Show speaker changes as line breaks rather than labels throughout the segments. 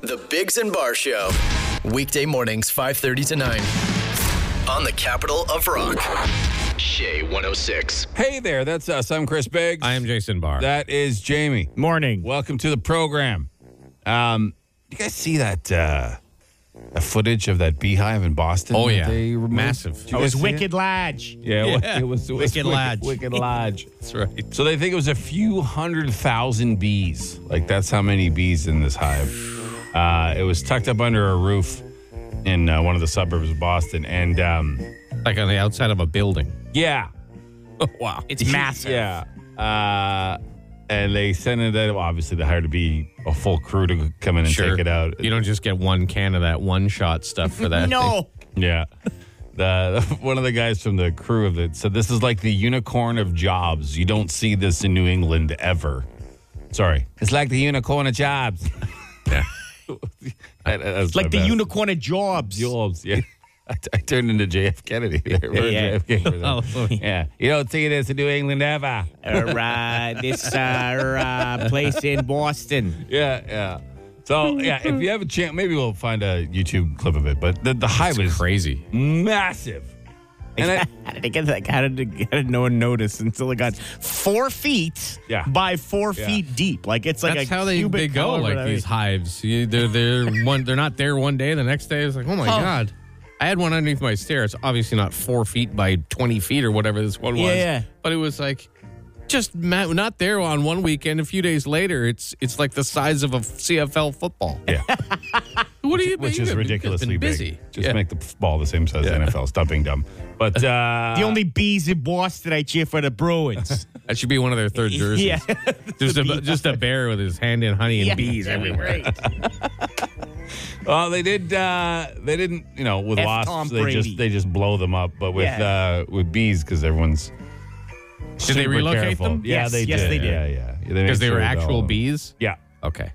The Bigs and Bar Show. Weekday mornings, 5.30 to 9. On the capital of rock. Shea 106.
Hey there, that's us. I'm Chris Biggs.
I am Jason Barr.
That is Jamie.
Morning.
Welcome to the program. Um, you guys see that uh, the footage of that beehive in Boston?
Oh,
that
yeah.
they removed?
Massive.
Did
It
you
was
guys see
Wicked Lodge.
Yeah, it was-
Yeah.
it was, it was
Wicked Lodge.
Wicked Lodge.
That's right.
So they think it was a few hundred thousand bees. Like that's how many bees in this hive. Uh, it was tucked up under a roof in uh, one of the suburbs of Boston, and um,
Like on the outside of a building.
yeah,
wow.
It's massive.
yeah. Uh, and they sent it. Well, obviously, they hired to be a full crew to come in and
Sure.
take it out.
You don't just get one can of that one shot stuff for that.
No.
Yeah. The, one of the guys from the crew of it said this is like the unicorn of jobs. You don't see this in New England ever. Sorry. It's like the unicorn of jobs. yeah.
It's like the unicorn of jobs.
jobs. Yeah. I, I turned into JF Kennedy there. We're
Yeah.
JFK for that.
Oh, yeah.
yeah. You don't see this in New England ever.
All right, this uh, uh, place in Boston.
Yeah, yeah. So, yeah, if you have a chance, maybe we'll find a YouTube clip of it. But the, the hive is
Crazy.
massive. And I,
How did it get like? How did it, how did no one notice until it got four feet
Yeah.
by four
Yeah.
feet deep? Like it's like
That's
a
how they,
cubic
they go,
column,
like
but I
these
mean-
hives. You, they're there one they're not there one day, the next day it's like, oh my God. I had one underneath my stair. It's obviously not four feet by twenty feet or whatever this one was.
Yeah.
But it was like just ma- not there on one weekend. A few days later, it's it's like the size of a CFL football.
yeah.
What do you
which
mean?
is
You've been
ridiculously
busy.
big. Just
Yeah.
make the f- ball the same size as NFL. Stop being dumb. But uh,
The only bees in Boston I cheer for the Bruins.
That should be one of their third jerseys.
Yeah.
just a just a bear with his hand in honey and
Yeah.
bees everywhere.
well, they did. Uh, they didn't. You know, with
F.
wasps,
Tom
they just
Brady.
they just blow them up. But with
Yeah.
uh, with bees, because everyone's
Did they
super
relocate
careful.
them?
Yeah,
Yes,
they
yes,
did.
they did.
Yeah, yeah.
Because they
made
were
sure all
actual
of them-
bees.
Yeah.
Okay.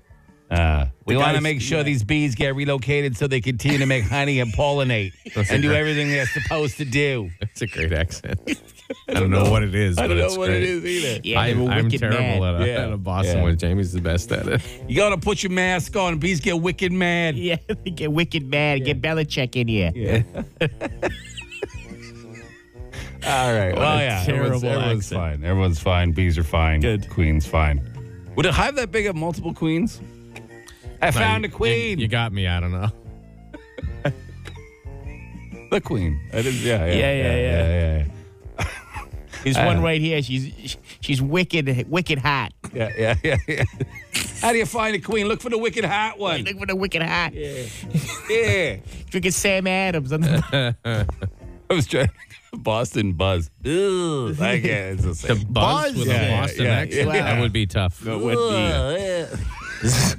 Uh, we
The
want to
guys-
make sure
yeah.
these bees get relocated so they continue to make honey and pollinate
That's
and do
great.
everything they're supposed to do.
That's a great accent. I don't know what it is.
I
but
don't know
it's
what
great.
it is either.
Yeah, they
I'm,
were
I'm
wicked
terrible at
mad.
a,
Yeah.
at a Boston
Yeah.
one. Jamie's the best at it.
You gotta put your mask on. Bees get wicked mad.
Yeah, they get wicked mad. Get Belichick in here.
All right.
What
Well,
a
yeah.
terrible
everyone's, everyone's
accent.
fine. Everyone's fine. Bees are fine.
Good.
Queen's fine. Would a hive that big have multiple queens? I found a
You-
queen.
You, got me. I don't know.
the queen. I didn't, yeah, yeah,
Yeah, yeah,
yeah,
yeah. There's
Uh.
one right here. She's she's wicked, wicked hot.
yeah, yeah, yeah, yeah, yeah. How do you find a queen? Look for the wicked hot one.
Look for the wicked hot.
Yeah.
Drinking Sam Adams on the
I was trying Boston buzz. Ooh, I can't. It's the
The
same.
buzz,
buzz?
with a
Yeah,
Boston
yeah,
accent.
yeah.
That would be tough.
It would be.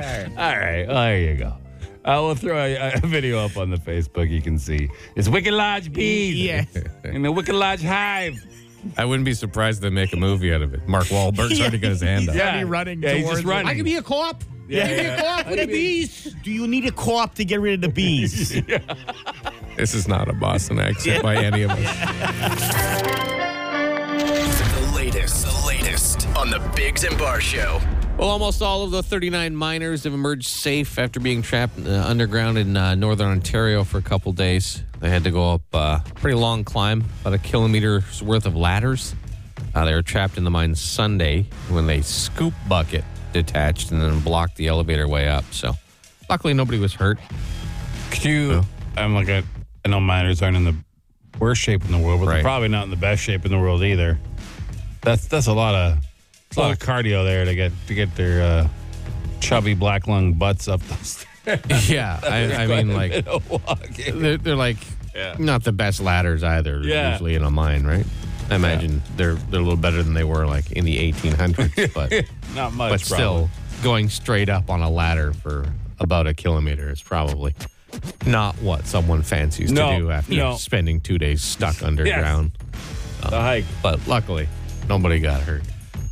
All right, well, there you go. I will throw a, a video up on the Facebook. You can see it's Wicked Lodge bees.
Yes.
in the Wicked Lodge hive.
I wouldldn't be surprised if they make a movie out of it. Mark Wahlberg's already got his hand up.
Yeah. already running
Yeah, he's
towards
just
it.
running.
I
be a cop.
Yeah,
Give me a
yeah.
co-op with the bees. Do you need a co-op to get rid of the bees?
This is not a Boston accent by any of us.
The latest, the latest on the Bigs and Bar Show.
Well, almost all of the 39 miners have emerged safe after being trapped uh, underground in uh, northern Ontario for a couple days. They had to go up uh, a pretty long climb, about a kilometer's worth of ladders. Uh, they were trapped in the mine Sunday when a scoop bucket detached and then blocked the elevator way up. So, luckily, nobody was hurt.
Could you? I'm like, a, I know miners aren't in the worst shape in the world, but
Right.
they're probably not in the best shape in the world either. That's that's a lot of it's a lot of cardio there to get to get their uh, chubby black lung butts up those
yeah, I, I mean, like,
walking.
they're, they're like
Yeah.
not the best ladders either.
Yeah.
Usually in a mine, right? I imagine they're they're a little better than they were like in the 1800s, but
Not much, probably.
but still going straight up on a ladder for about a kilometer is probably not what someone fancies
No,
to do after
no.
spending two days stuck underground.
the hike.
But luckily, nobody got hurt.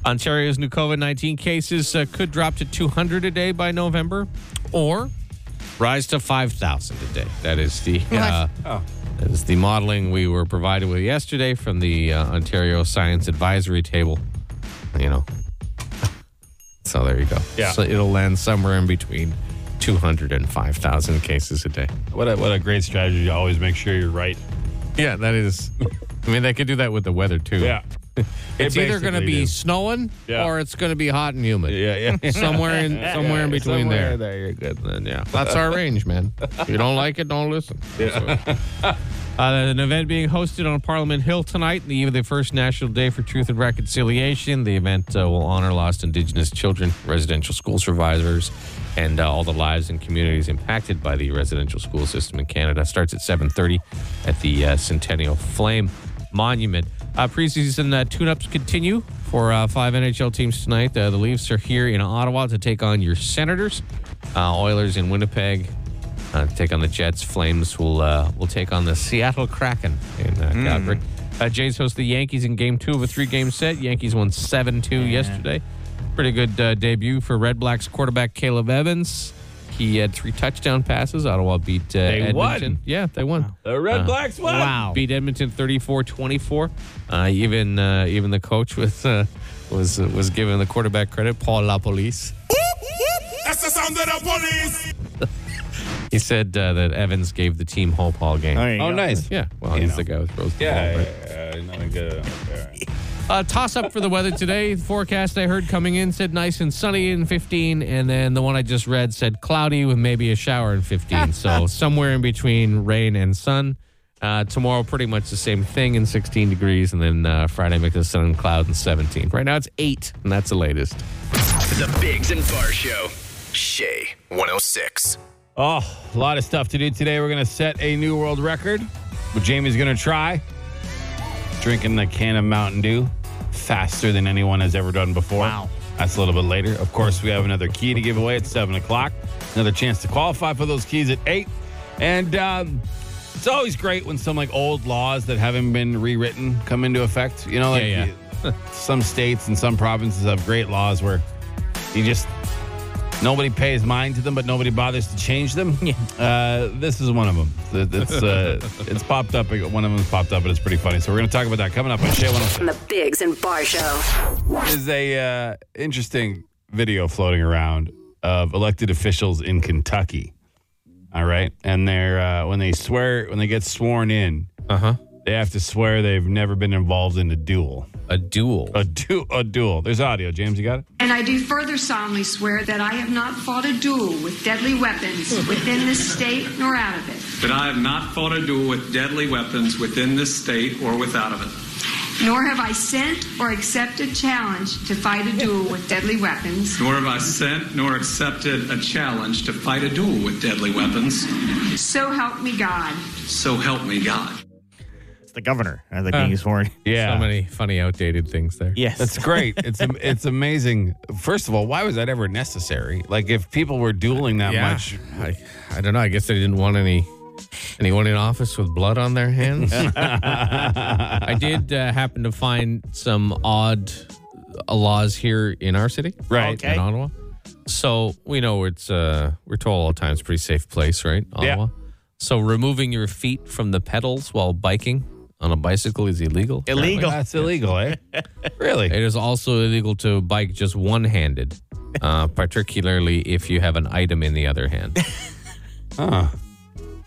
Ontario's new COVID 19 cases uh, could drop to 200 a day by November or rise to 5,000 a day. That is the. Uh,
Oh.
that is the modeling we were provided with yesterday from the uh, Ontario Science Advisory Table. You know, So there you go.
Yeah.
So it'll land somewhere in between 200 and 5,000 cases a day.
What a, what a great strategy to always make sure you're right.
Yeah, that is. I mean, they could do that with the weather too. It's either going to be snowing
Yeah.
or it's going to be hot and humid.
Yeah, yeah.
Somewhere in somewhere in between
Somewhere
there.
You're good.
Then, yeah, that's our range, man. If you don't like it, don't listen. Uh, there's an event being hosted on Parliament Hill tonight, the eve of the first National Day for Truth and Reconciliation. The event uh, will honor lost Indigenous children, residential school survivors, and uh, all the lives and communities impacted by the residential school system in Canada. Starts at 7:30 at the uh, Centennial Flame Monument. Uh, preseason uh, tune-ups continue for uh, five NHL teams tonight. Uh, the Leafs are here in Ottawa to take on your Senators, uh, Oilers in Winnipeg uh, take on the Jets. Flames will uh, will take on the Seattle Kraken in uh,
Hmm.
Calgary. Uh, Jays host the Yankees in Game Two of a three-game set. Yankees won seven-two yesterday. Pretty good uh, debut for Red Blacks quarterback Caleb Evans. He had three touchdown passes. Ottawa beat uh,
They won.
Edmonton. Yeah, they won.
The Red Blacks won.
Wow.
Beat Edmonton 34-24. Uh, even uh, even the coach was uh, was was given the quarterback credit, Paul Lapolice.
That's the sound of the police.
He said uh, that Evans gave the team hope all game.
There you
Oh,
go.
nice.
Yeah, well,
You
he's
know.
the guy who throws the ball.
Yeah,
but-
yeah, yeah, nothing good. Okay.
Uh, toss up for the weather today. The forecast I heard coming in said nice and sunny in 15, and then the one I just read said cloudy with maybe a shower in 15. so somewhere in between rain and sun. Uh, tomorrow, pretty much the same thing in 16 degrees, and then uh, Friday, mix of sun and cloud in 17. Right now, it's 8, and that's the latest.
The Bigs and Bar Show. Shay 106.
Oh, a lot of stuff to do today. We're going to set a new world record, but Jamie's going to try drinking the can of Mountain Dew faster than anyone has ever done before.
Wow.
That's a little bit later. Of course, we have another key to give away at 7 o'clock. Another chance to qualify for those keys at 8. And um, it's always great when some like old laws that haven't been rewritten come into effect. You know, like
Yeah,
some states and some provinces have great laws where you just Nobody pays mind to them, but nobody bothers to change them. Uh, this is one of them. It- It's uh, it's popped up. One of them's popped up, and it's pretty funny. So we're going to talk about that coming up on Shea 106.
on the Bigs and Bar Show.
There's a uh, interesting video floating around of elected officials in Kentucky. All right, and they're uh, when they swear when they get sworn in,
Uh huh.
they have to swear they've never been involved in a duel.
A duel.
A du- a duel. There's audio. James, you got it.
And I do further solemnly swear that I have not fought a duel with deadly weapons within this state nor out of it,
That I have not fought a duel with deadly weapons within this state or without of it.
nor have I sent or accepted challenge to fight a duel with deadly weapons,
Nor have I sent nor accepted a challenge to fight a duel with deadly weapons.
so help me God.
So help me God.
It's the governor. I think being sworn.
Yeah.
So many funny, outdated things there.
Yes.
That's great. It's am- it's amazing. First of all, why was that ever necessary? Like, if people were dueling that
Yeah.
much,
I, I don't know. I guess they didn't want any anyone in office with blood on their hands. I did uh, happen to find some odd uh, laws here in our city,
Right.
Okay.
in Ottawa. So we know it's uh, we're told all the time it's a pretty safe place, right?
Yeah.
Ottawa. So removing your feet from the pedals while biking on a bicycle is illegal. apparently.
Illegal.
that's illegal, eh? really?
It is also illegal to bike just one handed, uh, particularly if you have an item in the other hand.
Huh.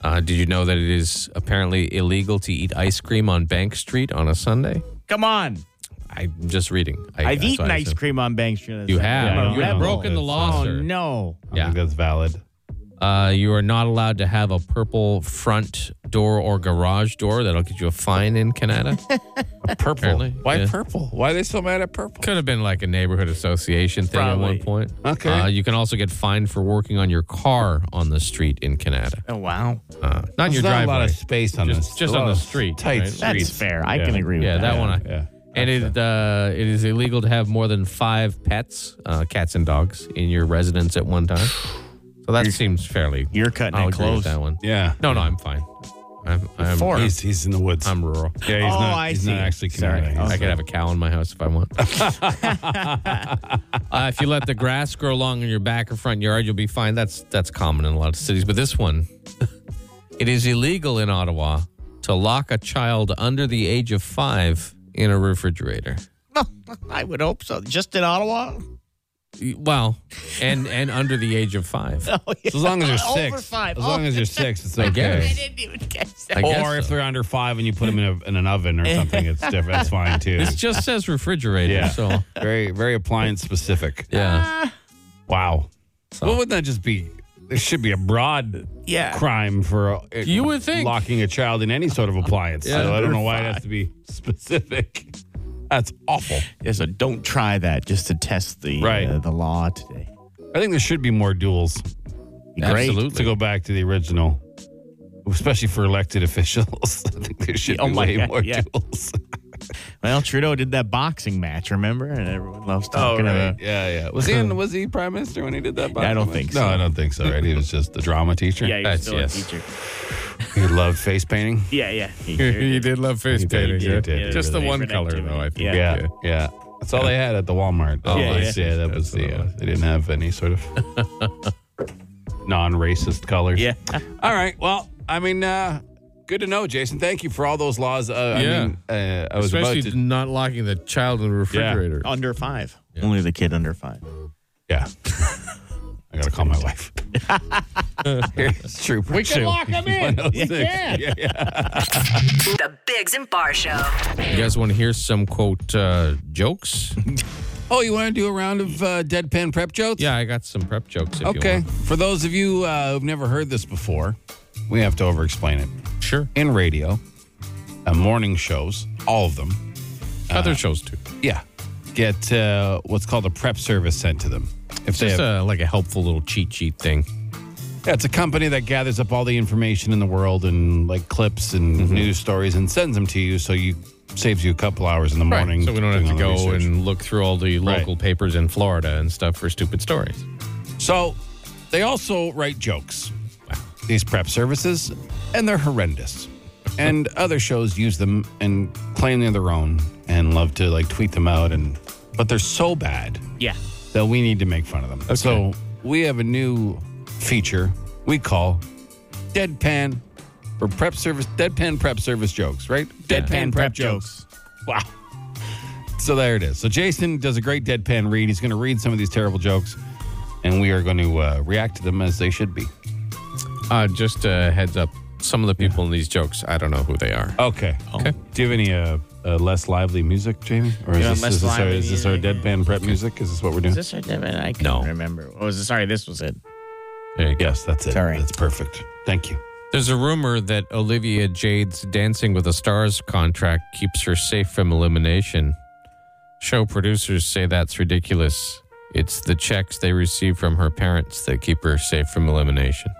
Uh, did you know that it is apparently illegal to eat ice cream on Bank Street on a Sunday?
Come on.
I'm just reading. I,
I've
that's why
eaten
I
ice
said-
cream on Bank Street.
You have.
Yeah, I don't
you have
know.
broken the law,
Oh
sir.
no.
I
Yeah.
think that's valid.
Uh, you are not allowed to have a purple front door or garage door. That'll get you a fine in Canada.
Purple.
Apparently,
Why
yeah.
purple? Why are they so mad at purple?
Could have been like a neighborhood association thing at
Probably.
one point.
Okay.
Uh, you can also get fined for working on your car on the street in Canada.
Oh wow.
Uh, not your
There's not
driveway.
a lot of space on
Just-
this.
just
A
on
lot
the
of
street,
Tight
right?
That's
streets.
fair. I can agree with
Yeah,
that.
that one. I,
Yeah.
And it uh, it is illegal to have more than five pets, uh, cats and dogs, in your residence at one time. So that seems fairly.
You're cutting
I'll
it
Oh, agree with
close.
that one.
Yeah.
No, no, I'm fine. I'm I'm,
Four.
He's, he's in the woods.
I'm rural.
yeah, he's
Oh,
not.
I
he's
see.
not actually
Sorry.
Canadian.
Oh.
Um, I could have a cow in my house if I want. uh, if you let the grass grow long in your back or front yard, you'll be fine. That's that's common in a lot of cities. But this one, it is illegal in Ottawa to lock a child under the age of five in a refrigerator.
I would hope so. Just in Ottawa?
Well, and and under the age of five.
Oh,
So as long as you're six,
Over five.
as long as you're six, it's
guess.
I
okay.
didn't even catch that.
I guess
Or if
so.
they're under five and you put them in, a, in an oven or something, it's different. That's fine too.
This just says refrigerator.
Yeah.
So
very very appliance specific.
yeah.
Wow. Well, wouldn't that just be? There should be a broad
Yeah.
crime for uh,
You would think.
locking a child in any sort of appliance. So I don't know why it has to be specific. That's awful.
Yeah, so don't try that just to test the
Right.
uh, the law today.
I think there should be more duels.
Absolutely.
To go back to the original, especially for elected officials, I think there should
Oh
be
my
way
God,
more
yeah.
duels.
Well, Trudeau did that boxing match, remember? And everyone loves talking about
yeah, yeah. Was he in, was he prime minister when he did that?
I
boxing
don't
match?
think so.
No, I don't think so. Right? He was just the drama teacher.
Yeah, he
That's-
was still
yes.
a teacher.
He loved face painting.
Yeah, yeah. He sure did.
You did love face
did, painting, you yeah? did.
Yeah,
Just the
really
one color,
different activity.
though. I think.
Yeah.
Yeah, yeah. That's all they had at the Walmart. Oh,
Yeah,
yeah,
yeah.
yeah. That was the. Uh, they didn't have any sort of non-racist colors.
Yeah.
All right. Well, I mean, uh, good to know, Jason. Thank you for all those laws. Uh,
Yeah.
I mean, uh, I was
Especially
about to.
not locking the child in the refrigerator.
Under five. Only the kid under five.
Yeah. I gotta call my wife. it's true. oh We can lock him in. Yeah. yeah,
The Bigs and Bar Show.
You guys want to hear some quote uh, jokes?
Oh, you want to do a round of uh, deadpan prep jokes?
yeah, I got some prep jokes. If
Okay.
You
For those of you uh, who've never heard this before, we have to over-explain it.
want. Sure.
in radio, uh, morning shows, all of them.
Other shows too.
Yeah, get uh, what's called a prep service sent to them. If they
Just
have,
a, like a helpful little cheat sheet thing.
yeah, it's a company that gathers up all the information in the world and like clips and
Mm-hmm.
news stories and sends them to you, so you saves you a couple hours in the morning.
So we don't have
doing
to
all the
go
research.
and look through all the
Right.
local papers in Florida and stuff for stupid stories.
So they also write jokes, these prep services, and they're horrendous. and other shows use them and claim they're their own and love to like tweet them out and but they're so bad
Yeah.
that we need to make fun of them. So we have a new feature we call deadpan or prep service deadpan prep service jokes, right? Deadpan Wow. So there it is. So Jason does a great deadpan read. He's going to read some of these terrible jokes, and we are going to uh, react to them as they should be.
Uh, just a heads up. Some of the people in these jokes, I don't know who they are.
Okay.
Okay.
Do you have any uh, uh, less lively music, Jamie? Or is,
Yeah,
this,
less
is, this, our,
lively
is this our
music.
deadpan prep music? Is this what we're doing?
Is this our Devin? I can't
No.
remember. Oh, is it, sorry, this was it.
There you go.
yes, that's it.
Sorry.
That's perfect. Thank you.
There's a rumor that Olivia Jade's Dancing with the Stars contract keeps her safe from elimination. Show producers say that's ridiculous. It's the checks they receive from her parents that keep her safe from elimination.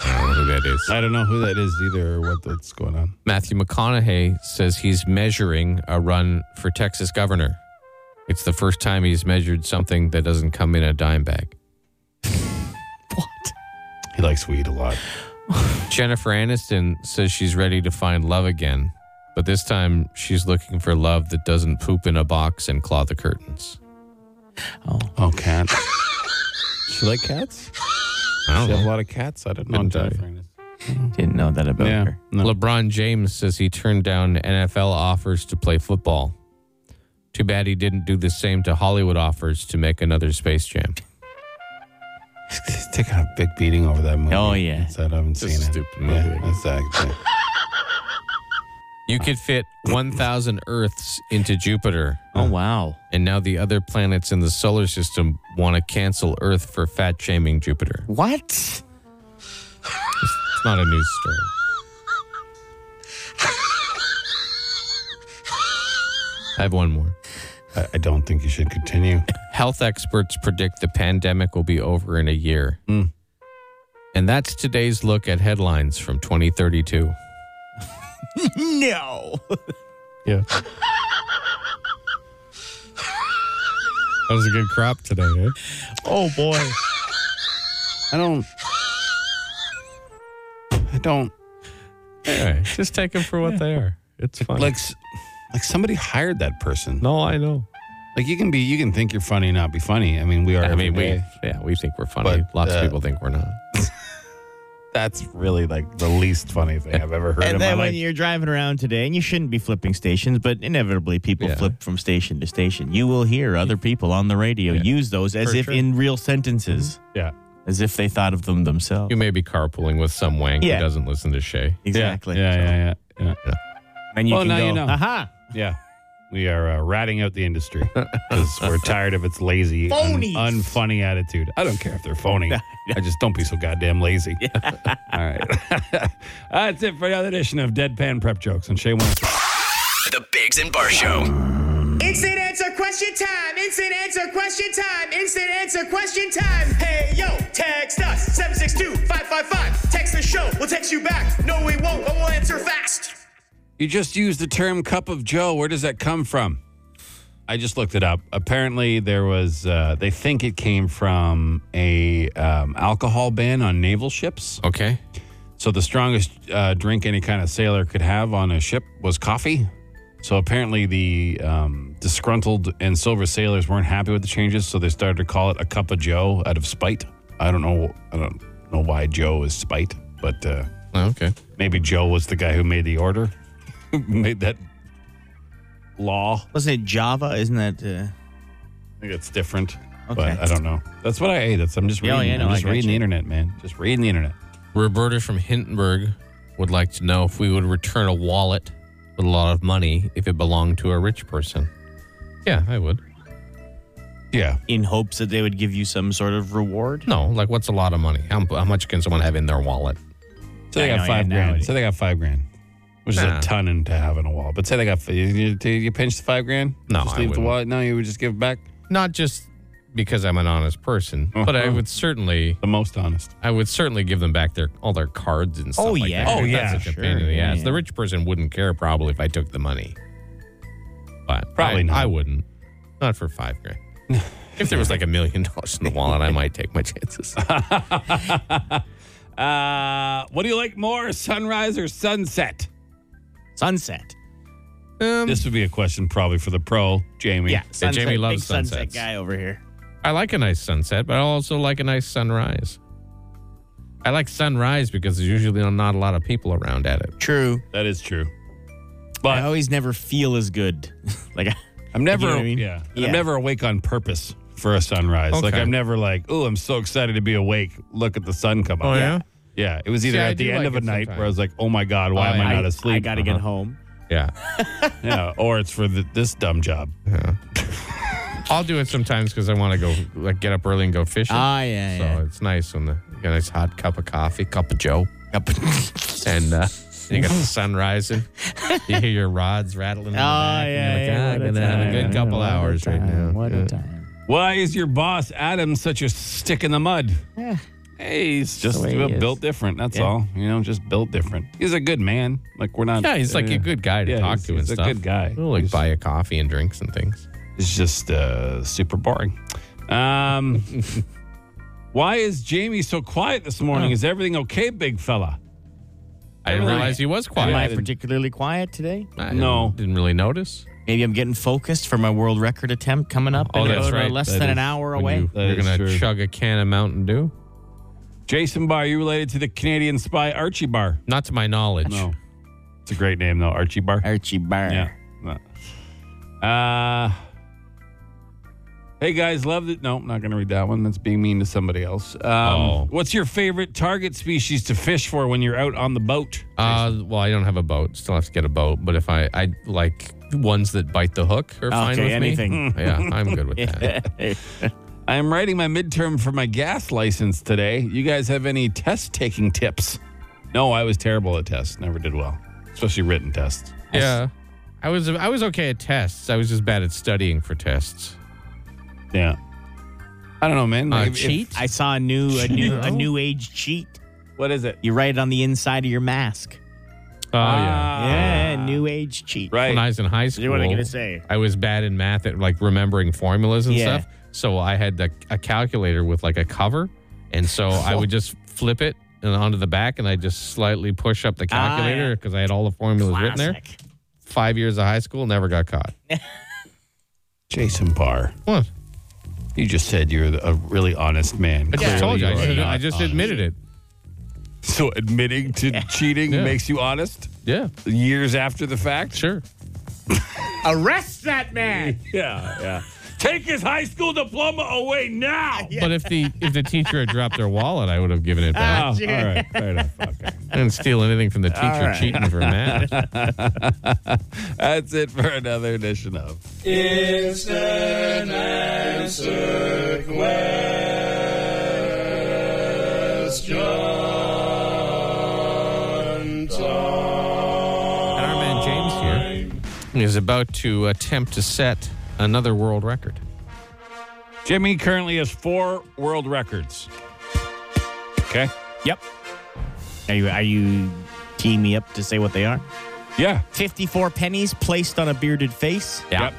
I don't know who that is.
I don't know who that is either or what that's going on.
Matthew McConaughey says he's measuring a run for Texas governor. It's the first time he's measured something that doesn't come in a dime bag.
He likes weed a lot.
Jennifer Aniston says she's ready to find love again, but this time she's looking for love that doesn't poop in a box and claw the curtains.
Oh, cats. she like cats?
I
She
don't
have a
know.
lot of cats? I don't know.
Couldn't tell
Jennifer Aniston.
Didn't know that about
Yeah.
her.
No.
LeBron James says he turned down NFL offers to play football. Too bad he didn't do the same to Hollywood offers to make another Space Jam.
He's taking a big beating over that movie.
Oh, yeah.
It's- I haven't
a
seen it.
stupid
Yeah,
movie.
that's that.
You could fit 1,000 Earths into Jupiter,
Oh, wow.
and now the other planets in the solar system want to cancel Earth for fat shaming Jupiter.
What?
It's not a news story. I have one more.
I, I don't think you should continue.
Health experts predict the pandemic will be over in a year. And that's today's look at headlines from 2032.
No.
Yeah.
That was a good crop today, eh?
Oh, boy.
I don't. I don't
Just take them for what they are. It's fine.
like. s- Like somebody hired that person.
no, I know.
Like you can be, you can think you're funny and not be funny. I mean, we are.
I mean,
every
we
day.
yeah, we think we're funny.
But,
Lots
uh,
of people think we're not.
That's really like the least funny thing I've ever heard in my
And then when
life.
you're driving around today, and you shouldn't be flipping stations, but inevitably people
Yeah.
flip from station to station. You will hear other people on the radio use those as
For
if
sure.
in real sentences,
yeah.
Mm-hmm.
as if they thought of them themselves.
You may be carpooling with some wank
Yeah.
who doesn't listen to Shay.
Exactly.
Yeah,
So-
yeah, yeah, yeah.
And you
Well,
can
now
go,
you know.
aha,
Yeah. We are uh, ratting out the industry because we're tired of its lazy, un-
Phonies.
unfunny attitude. I don't care if they're phony. I just don't be so goddamn lazy. All right. That's it for another edition of Deadpan Prep Jokes and Shay Wentz.
The Biggs and Bar Show.
Instant answer question time. Instant answer question time. Instant answer question time. Hey, yo, text us 762 555. Text the show. We'll text you back. No, we won't, but we'll answer fast.
You just used the term cup of joe. Where does that come from? I just looked it up. Apparently, there was, uh, they think it came from a um, alcohol ban on naval ships.
Okay.
So the strongest uh, drink any kind of sailor could have on a ship was coffee. So apparently, the um, disgruntled and silver sailors weren't happy with the changes, so they started to call it a cup of Joe out of spite. I don't know. I don't know why Joe is spite, but uh,
Oh, okay.
maybe Joe was the guy who made the order, who made that law.
wasn't it Java? Isn't that? Uh,
I think it's different,
Okay.
but I don't know. That's what I ate. That's I'm just
Yeah,
reading.
yeah, no,
I'm
I
just
got
reading the
you.
internet, man. Just reading the internet.
Roberta from Hindenburg would like to know if we would return a wallet with a lot of money if it belonged to a rich person. Yeah, I would.
Yeah,
in hopes that they would give you some sort of reward.
No, like what's a lot of money? How, how much can someone have in their wallet?
So they
I
got
know,
five
yeah,
grand.
nowadays.
So they got five grand, which
Nah.
is a ton in- to have in a wallet. But say they got you, you, you pinch the five grand.
No,
just
I
leave the
wouldn't.
wallet. No, you would just give it back
Not just because I'm an honest person, but I
Uh-huh.
would certainly,
the most honest.
I would certainly give them back their all their cards and stuff.
Oh,
like
yeah.
that.
Oh,
yeah,
That's such
sure.
a pain in the
Yeah,
ass.
yeah.
The rich person wouldn't care probably if I took the money, but
Probably
I,
not.
I wouldn't. Not for five grand. if there was like a million dollars in the wallet, I might take my chances.
Uh, what do you like more, sunrise or sunset?
Sunset.
Um,
This would be a question probably for the pro, Jamie.
Yeah, sunset.
Jamie loves
Big sunset
sunsets.
guy over here.
I like a nice sunset, but I also like a nice sunrise. I like sunrise because there's usually not a lot of people around at it.
True.
that is true.
I
But
always never feel as good. like,
I'm never,
what I mean?
yeah, and
Yeah.
I'm never awake on purpose for a sunrise. Like
Okay.
I'm never like, oh, I'm so excited to be awake. Look at the sun come up.
Oh, yeah?
yeah. It was either
See, I
at the
do
end
like
of a
it
night where I
sometimes.
was like, oh my god, why
Oh,
am I,
yeah.
not asleep?
I got to
Uh-huh.
get home.
Yeah.
Yeah, or it's for the, this dumb job.
I'll do it sometimes because I want to go, like, get up early and go fishing.
Ah, yeah,
so
yeah.
it's nice when the, you got a nice hot cup of coffee, cup of Joe, and uh, you got the sun rising. You hear your rods rattling. In the
Oh,
back,
yeah,
and you're
yeah,
like, "Ah,
what
I'm
a
going to have a
time.
good couple
What a
hours right
time.
now.
What
Yeah.
a time.
Why is your boss Adam such a stick in the mud? Hey, he's just
way he is.
built different. That's all. You know, just built different. He's a good man. Like we're not.
Yeah, he's like
uh,
a good guy to
yeah,
talk
he's-
to and
he's a
stuff.
good guy.
We'll like
He's-
buy a coffee and drinks and things.
It's just uh, super boring. Um, why is Jamie so quiet this morning? Is everything okay, big fella?
I didn't realize he was
Am I
quiet.
particularly quiet today?
I
No.
didn't really notice.
Maybe I'm getting focused for my world record attempt coming up
Oh,
in
that's
about, uh,
right.
less
That
than an
is
hour
when
away.
you- That
You're
is
gonna
true.
chug a can of Mountain Dew?
Jason Barr, you related to the Canadian spy Archie Barr?
Not to my knowledge.
No, it's a great name though, Archie Barr.
Archie Barr.
Yeah. Uh, hey guys, love it. No, I'm not going to read that one. That's being mean to somebody else. Um,
Oh.
What's your favorite target species to fish for when you're out on the boat?
Uh, well, I don't have a boat. Still have to get a boat. But if I, I like ones that bite the hook are fine
Okay,
with
anything.
me. Yeah, I'm good with that.
I am writing my midterm for my gas license today. You guys have any test taking tips? No, I was terrible at tests. Never did well, especially written tests.
yeah, I was I was okay at tests. I was just bad at studying for tests.
Yeah. I don't know, man.
Uh,
Like, if-
cheat?
I saw a new a new a new age cheat.
What is it?
You write it on the inside of your mask.
Ah,
Oh yeah.
yeah, new age cheat.
Right.
When I was in high school,
You were gonna say.
I was bad in math at like remembering formulas and
Yeah.
stuff. So I had the, a calculator with like a cover, and so I would just flip it and onto the back, and I just slightly push up the
Ah,
calculator
yeah.
because I had all the formulas written there.
Classic.
Five years of high school, never got caught.
Jason Barr.
What?
You just said you're a really honest man.
I just
Clearly
told you. I
are
just,
not
I just
honest.
admitted it.
So admitting to cheating
Yeah.
makes you honest
Yeah,
years after the fact?
sure.
Arrest that man.
Yeah, yeah. Take his high school diploma away now.
But if the if the teacher had dropped their wallet, I would have given it back.
Oh, all right, fair enough. Okay.
Ah.
I didn't steal anything from the teacher cheating for Matt.
That's it for another edition of
And our man James here is about to attempt to set another world record.
Jimmy currently has four world records. Okay.
Yep. Are you are you teeing me up to say what they are?
Yeah.
54 pennies placed on a bearded face.
Yeah.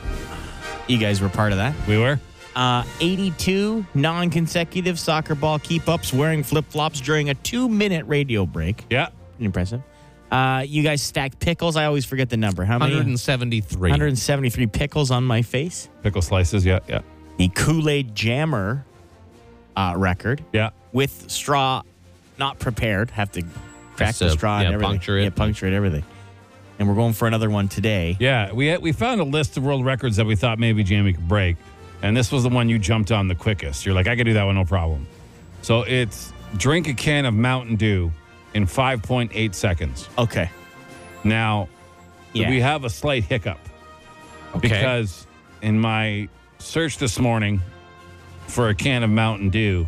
You guys were part of that.
We were.
Uh, 82 non consecutive soccer ball keep ups wearing flip flops during a two minute radio break.
Yeah.
Impressive. Uh, you guys stacked pickles. I always forget the number. How many?
173.
173 pickles on my face.
Pickle slices. Yeah. Yeah.
The Kool Aid Jammer uh, record
Yeah.
with straw not prepared. Have to crack
That's,
the
uh,
straw and
yeah,
everything.
puncture it.
Yeah, puncture it, everything. And we're going for another one today.
Yeah. We had, we found a list of world records that we thought maybe Jamie could break, and this was the one you jumped on the quickest. You're like, I could do that one, no problem. So it's drink a can of Mountain Dew in 5.8 seconds.
Okay.
Now
Yeah.
we have a slight hiccup. because in my search this morning for a can of Mountain Dew,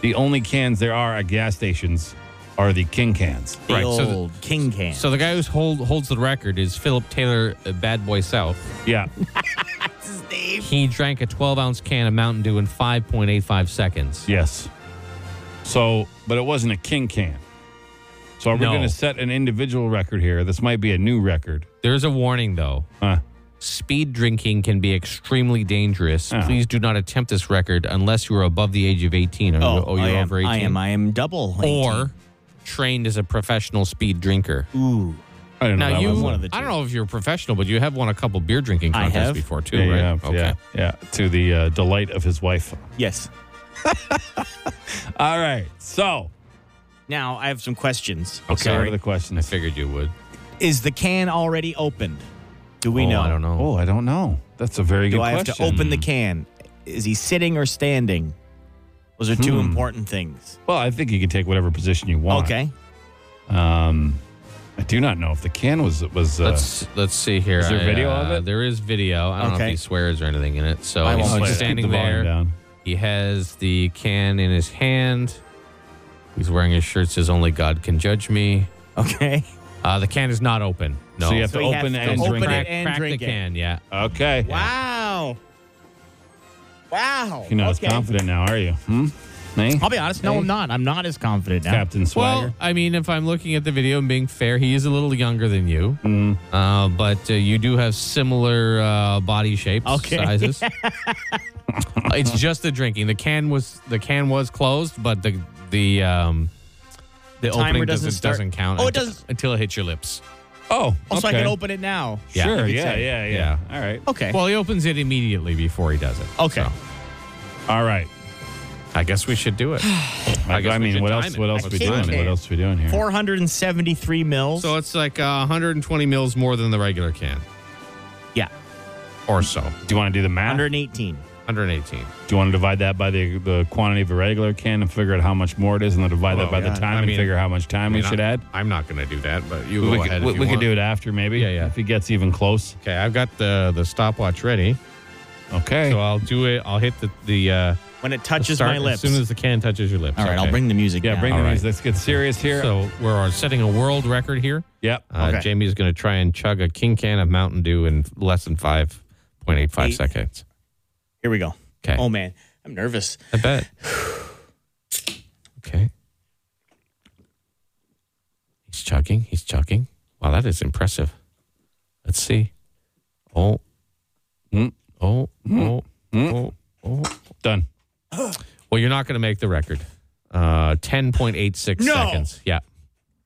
the only cans there are at gas stations are the king cans.
the
right, so the-
old king can.
So the guy who hold, holds the record is Philip Taylor, uh, Bad Boy South.
Yeah.
He drank a 12 ounce can of Mountain Dew in 5.85 seconds.
yes. So, but it wasn't a king can. So are we
No.
going to set an individual record here? This might be a new record.
There's a warning though.
Huh.
Speed drinking can be extremely dangerous.
Uh-huh.
Please do not attempt this record unless you are above the age of 18 or
oh,
oh, you're
I am,
over 18.
I am. I am double. 18.
Or trained as a professional speed drinker.
Ooh.
I don't know.
Now
that
you,
was-
one of the
I
two.
don't know if you're a professional, but you have won a couple beer drinking
I
contests
have.
before too,
Yeah,
right?
yeah, yeah, yeah. To the uh, delight of his wife.
Yes.
All right. So,
Now I have some questions.
okay. What are the questions?
I figured you would.
Is the can already opened? Do we
Oh,
know?
I don't know.
Oh, I don't know. That's a very
Do
good
I have
question.
to open the can? Is he sitting or standing? Those are two important things.
Well, I think you can take whatever position you want.
Okay.
Um, I do not know if the can was was. Uh,
Let's let's see here.
Is there
I,
video
uh,
of it?
There is video. I don't know
Okay.
if he swears or anything in it. So
I
he's
won't
play
play
it.
it.
standing
Keep the volume
there.
Down.
He has the can in his hand. He's wearing his shirt. Says only God can judge me.
Okay.
Uh, the can is not open. No.
So you have
So
to
he has
open
to
it and
open
drink
it.
it.
crack,
and
crack
drink
the
it.
can. Yeah.
Okay.
Wow. Wow.
You're not
Okay.
as confident now, are you? Hmm. Me?
I'll be honest. No, I'm not. I'm not as confident now.
Captain Swagger.
Well, I mean, if I'm looking at the video and being fair, he is a little younger than you,
Mm.
uh, but uh, you do have similar uh, body shapes,
Okay.
sizes. Uh, it's just the drinking. The can was the can was closed, but the the um, the
Timer
opening
doesn't
doesn't
start-
doesn't count.
Oh, it
until-
doesn't-
until it hits your lips.
oh,
Oh, so I
okay.
can open it now.
Yeah.
Sure.
You could
Yeah,
say.
yeah. Yeah. All right.
Okay.
Well, he opens it immediately before he does it.
Okay.
so
All right.
I guess we should do it.
I,
guess
I
we
mean,
should
what
time
else?
it.
What else
I
we
guess
doing?
we
can.
What else we doing here?
473 mils.
so it's like uh, 120 mils more than the regular can,
yeah.
or so.
Do you want to do the math?
118.
118.
Do you want to divide that by the, the quantity of a regular can and figure out how much more it is, and then divide
Oh,
that by
God.
the time
I
and
mean-
figure out how much time
I mean,
we should
I-
add?
I'm not going to do that, but you
We,
go
could,
ahead.
we,
if you
we could
want.
do it after, maybe.
Yeah, yeah.
If he gets even close.
Okay, I've got the the stopwatch ready,
Okay.
so I'll do it. I'll hit the the, uh,
When it
the
touches
start
my lips.
as soon as the can touches your lips.
All right, I'll
okay.
bring the music.
yeah,
down.
bring the
All right.
music. Let's get serious here.
So we're setting a world record here.
yep.
Uh,
Okay.
Jamie's going to try and chug a king can of Mountain Dew in less than five point eight five
Eight.
seconds.
Here we go.
Okay.
Oh man, I'm nervous.
I bet. okay. He's chugging. He's chugging. Wow, that is impressive. Let's see. Oh.
Mm.
Oh. Oh. Oh. Oh.
Done.
Well, you're not going to make the record. Uh, 10.86
No.
seconds. Yeah.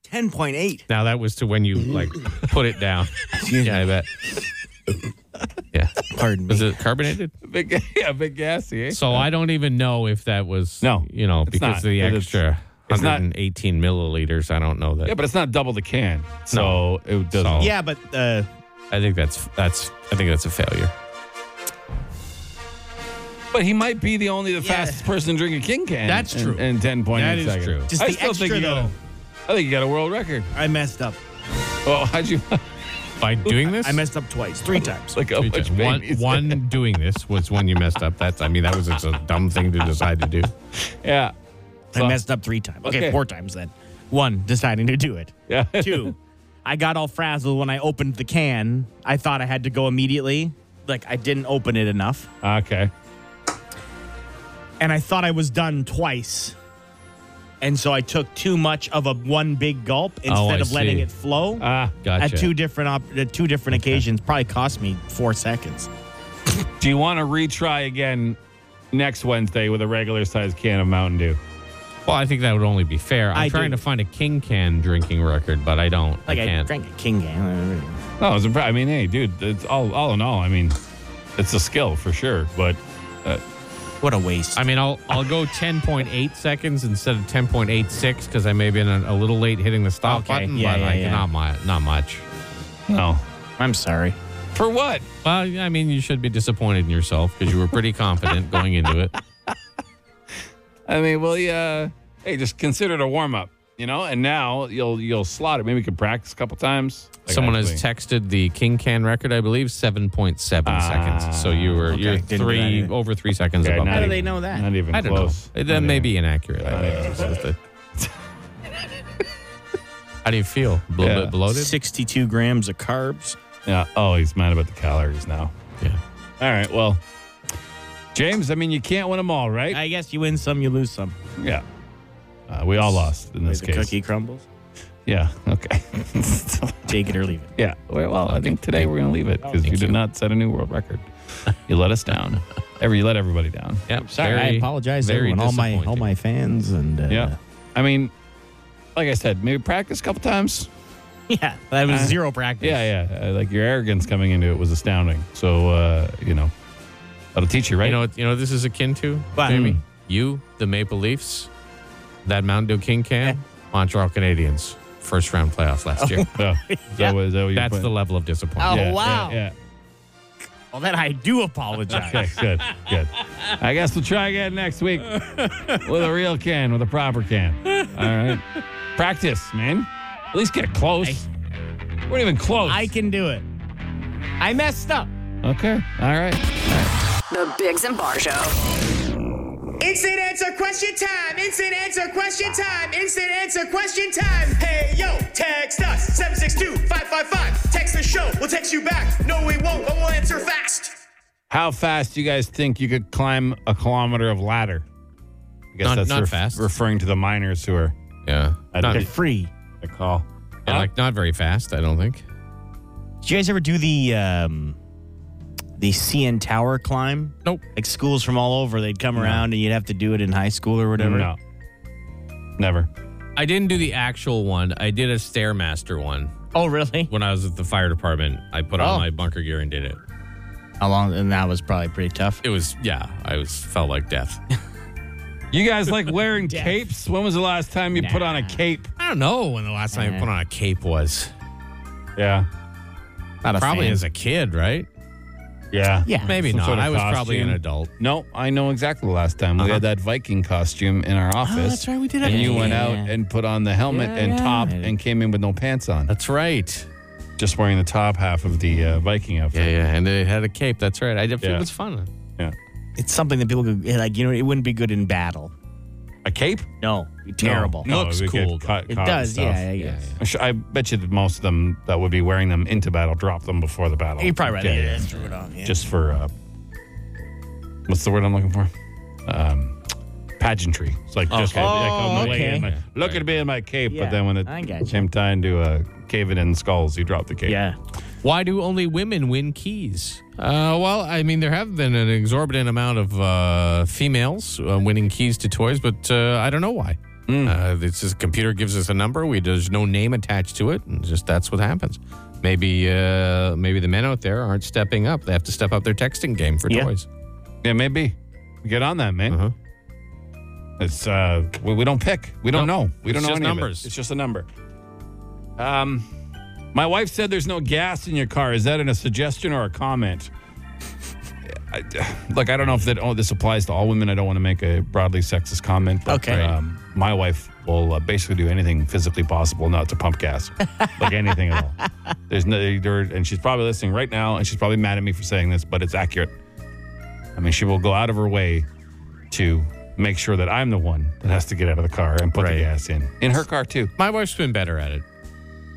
10.8.
Now that was to when you like put it down. yeah, I bet. yeah.
Pardon me.
Was it carbonated?
Big, yeah, big gassy. Eh?
So I don't even know if that was
No,
you know,
it's
because
not.
of the
It is-
extra
It's not-
118 milliliters. I don't know that.
Yeah, but it's not double the can. So it doesn't.
So-
Yeah, but uh,
I think that's that's I think that's a failure.
But he might be the only the
Yeah.
fastest person to drink a King can.
That's
in-
true.
In ten point eight
That is
seconds.
true.
Just
I
the
still think
extra,
you got a-
though.
I think you got a world record.
I messed up.
Well, how'd you
By doing this,
I messed up twice, three times.
like how
Three
much
times. one.
babies-
One doing this was when you messed up. That's I mean that was just a dumb thing to decide to do.
Yeah.
I messed up three times. Okay,
Okay.
four times then. One, deciding to do it.
Yeah.
Two, I got all frazzled when I opened the can. I thought I had to go immediately. Like I didn't open it enough.
Okay.
And I thought I was done twice. And so I took too much of a one big gulp instead
Oh, I
of letting
see.
it flow.
Ah.
Gotcha.
At two different op- at two different occasions, probably cost me four seconds.
Do you want to retry again next Wednesday with a regular sized can of Mountain Dew?
Well, I think that would only be fair. I'm
I
trying
do.
to find a king can drinking record, but I don't.
Like
I
I,
can't.
drank a king can.
No, it's impre- I mean, hey, dude, it's all all in all, I mean, it's a skill for sure, but
What a waste!
I mean, I'll I'll go 10.8 seconds instead of 10.86 because I may have been a, a little late hitting the stop
Okay.
button,
Yeah,
but
yeah,
like
yeah.
not my, not much.
no.
I'm sorry.
For what?
Well, yeah, I mean, you should be disappointed in yourself because you were pretty confident going into it.
I mean, well, yeah. Hey, just consider it a warm up, you know. And now you'll you'll slot it. Maybe we could practice a couple times. Like,
Someone
actually-
has texted the king can record, I believe, 7.7 seconds. So you were
Ah, okay.
you're
Didn't do that
three
either.
over three seconds
Okay,
above.
not
How do
even-
they know that?
Not even
I don't
close.
know.
Not
That may
even-
be inaccurate. I may have just- How do you feel? A little
Yeah.
bit bloated.
Sixty-two grams of carbs.
Yeah. Oh, he's mad about the calories now.
Yeah.
All right. Well, James, I mean, you can't win them all, right?
I guess you win some, you lose some.
yeah. Uh, we all lost in this
the
case.
cookie crumbles.
Yeah. Okay.
Take it or leave it.
yeah. Well, well, I think today we're gonna leave
Oh,
it because you did not set a new world record. You let us down. Every you let everybody down.
Yep.
sorry.
I
Very-
apologize to
very
everyone, all my all
disappointing.
my fans and uh,
Yeah. I mean, like I said, maybe practice a couple times.
yeah. That was zero practice.
Yeah, yeah. Uh, like your arrogance coming into it was astounding. So, uh, you know, that'll teach you, right?
You know, what- you know, what Hmm. this is akin to
What?
Jamie.
Mm.
You, the Maple Leafs, that Mountain Dew King can, Montreal Canadiens, first round playoffs last year.
Yeah. Is that what- is that what you're
That's the
putting-
level of disappointment.
Yeah,
wow.
Yeah, yeah.
Well, then I do apologize.
Okay, good, good. I guess we'll try again next week with a real can, with a proper can. All right. Practice, man. At least get close. We're not even close.
I can do it. I messed up.
okay. All right.
The Biggs and Bar Show.
Instant answer question time. Instant answer question time. Instant answer question time. Hey yo, text us 762-555. Text the show. We'll text you back. No, we won't, but we'll answer fast.
How fast do you guys think you could climb a kilometer of ladder? I guess
Not-
that's
not fast.
referring to the miners who are
Yeah.
I
Not,
did.
They're free.
the call.
and, like not very fast, I don't think.
Did you guys ever do the um, the CN Tower climb?
Nope.
Like schools from all over, they'd come around and you'd have to do it in high school or whatever.
No. Never.
I didn't do the actual one. I did a stairmaster one
Oh, really?
when I was at the fire department. I put
Oh.
on my bunker gear and did it.
How long? And that was probably pretty tough.
It was yeah. I was felt like death.
You guys like wearing capes? When was the last time you put on a cape?
I don't know when the last time I put on a cape was.
Yeah.
Not a
Probably
fan.
as a kid, right?
Yeah.
Yeah.
Maybe
Some
not.
sort of
I was probably an
costume.
adult.
No, I know exactly the last time we
Uh-huh.
had that Viking costume in our office.
Oh, that's right, we did have
And you
that.
went
Yeah,
out
yeah.
and put on the helmet
Yeah,
and
yeah.
top and came in with no pants on,
That's right.
just wearing the top half of the uh, Viking
Yeah,
outfit.
yeah, and they had a cape. That's right. I did,
Yeah.
It was fun.
Yeah.
It's something that people could eh, like. You know, it wouldn't be good in battle.
A cape?
No, terrible.
No,
Looks
we get
cool, though.
caught-
It
caught
does,
stuff.
yeah, I guess.
I'm sure- I bet you that most of them that would be wearing them into battle drop them before the battle.
You're probably right.
Yeah,
Yeah,
yeah.
Threw it on. Yeah.
Just for uh, what's the word I'm looking for? Um, pageantry. It's like just
Okay.
like, on the
Oh,
way in, like,
okay.
look at me in my cape,
Yeah,
but then when
I
it
gotcha.
came time to uh, cave it in skulls, you drop the cape.
yeah.
Why do only women win keys? Uh, well, I mean, there have been an exorbitant amount of uh, females uh, winning keys to toys, but uh, I don't know why. Uh, it's just computer gives us a number. We there's no name attached to it, and just that's what happens. Maybe uh, maybe the men out there aren't stepping up. They have to step up their texting game for
Yeah.
toys.
yeah, maybe. Get on that, man.
Uh-huh.
It's uh, we, we don't pick. We don't
Nope.
know. We don't
It's
know
just
any of it.
numbers.
It's just a number. Um, my wife said there's no gas in your car. Is that in a suggestion or a comment? I, look, I don't know if that. Oh, this applies to all women. I don't want to make a broadly sexist comment. But,
Okay.
Um, my wife will uh, basically do anything physically possible not to pump gas, like anything at all. There's no, there, and she's probably listening right now, and she's probably mad at me for saying this, but it's accurate. I mean, she will go out of her way to make sure that I'm the one that has to get out of the car and put
Right.
the gas in. In her car, too.
My wife's been better at it.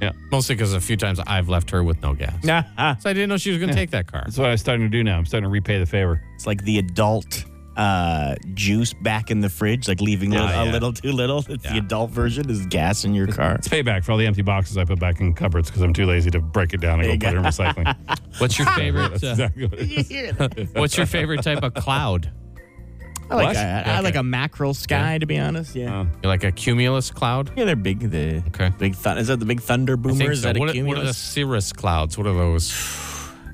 Yeah.
Mostly because a few times I've left her with no gas.
Uh-huh.
So I didn't know she was going to take that car.
That's what I'm starting to do now. I'm starting to repay the favor.
It's like the adult uh, juice back in the fridge, like leaving li-
yeah.
a little too little. It's the adult version is gas in your car.
It's payback for all the empty boxes I put back in cupboards because I'm too lazy to break it down and go put it in recycling.
What's your favorite?
That's
uh,
exactly what it is.
what's your favorite type of cloud?
I like
What?
I, I like a mackerel sky to be honest. Yeah,
You like a cumulus cloud?
yeah, they're big. The
Oh. Okay.
big thun- is that the big thunder
I
boomer?
think
Is
so.
that a
What, are- what are the
cumulus?
cirrus clouds? What are those?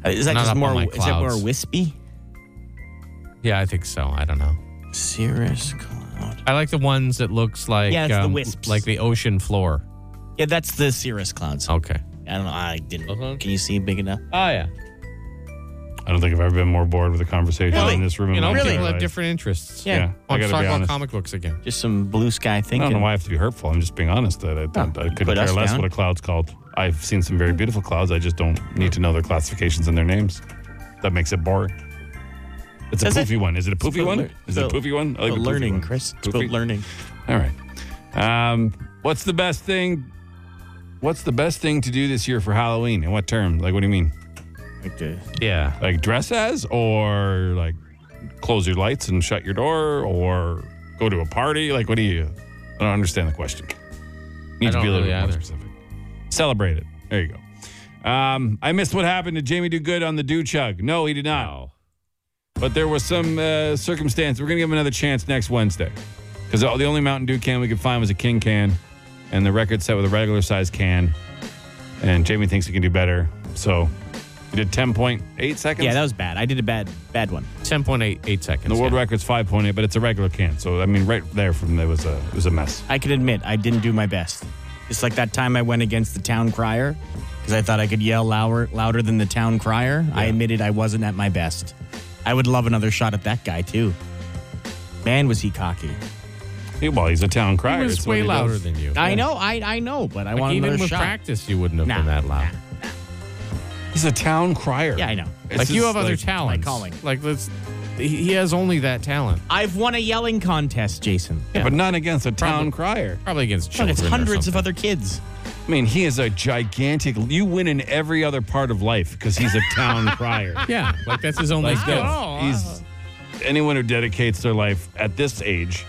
Uh, Is that
Not up
just
on
more?
my
Is that more
clouds.
wispy?
Yeah, I think so. I don't know.
Cirrus cloud.
I like the ones that looks like um,
Yeah, it's the wisps.
like the ocean floor.
Yeah, that's the cirrus clouds.
Okay.
I don't know. I didn't.
Uh-huh.
Can you see big enough?
Oh yeah.
I don't think I've ever been more bored with a conversation in this room.
You
in
know,
my entire
people have
life.
different interests.
Yeah. Mm-hmm. I
Let's
got to
talk
be
about
honest.
comic books again.
Just some blue sky
I
thinking.
don't know why I have to be hurtful. I'm just being honest. I, I, I couldn't
Oh, Put us
care less
down.
what a cloud's called. I've seen some very beautiful clouds. I just don't need to know their classifications and their names. That makes it boring. It's
Does
a
it?
poofy one. Is it a poofy
about
one?
lear-
Is it a
about-
poofy one? I like
About
the poofy
learning,
one.
Chris. It's about
Poofy?
learning.
All right. Um, what's the best thing? What's the best thing to do this year for Halloween? In what term? Like, what do you mean?
Like the-
Yeah.
Like dress as, or like close your lights and shut your door, or go to a party? Like, what do you? I don't understand the question. Need
I
to
don't
be a little
really
bit more
either.
specific. Celebrate it. There you go. Um, I missed what happened to Jamie Do Good on the Do Chug. No, he did not. But there was some uh, circumstance. We're going to give him another chance next Wednesday. Because the only Mountain Dew can we could find was a king can, and the record set with a regular size can. And Jamie thinks he can do better. So he did 10.8 seconds.
Yeah, that was bad. I did a bad, bad one.
Ten point eight eight seconds.
the world
yeah.
record's 5.8, but it's a regular can. So, I mean, right there from there was a, it was a mess.
I can admit I didn't do my best. It's like that time I went against the town crier because I thought I could yell louder, louder than the town crier. I admitted I wasn't at my best. I would love another shot at that guy too. Man, was he cocky?
He- Well, he's a town crier.
He was
It's what
way
he does.
louder than you.
I know, I I know, but I
Like,
want
even
another
with
shot.
practice, you wouldn't have
Nah,
been that loud.
He's a town crier.
Yeah, I know.
It's
Like you
just
have other
like-
talents.
my calling.
Like let's. He he has only that talent.
I've won a yelling contest, Jason.
Yeah, but not against a town crier.
Probably against
Look,
children.
it's
or
hundreds of
something.
other kids.
I mean, he is a gigantic. You win in every other part of life because he's a town crier.
Yeah, like that's his only
Like
skill.
Oh,
that's- he's anyone who dedicates their life at this age,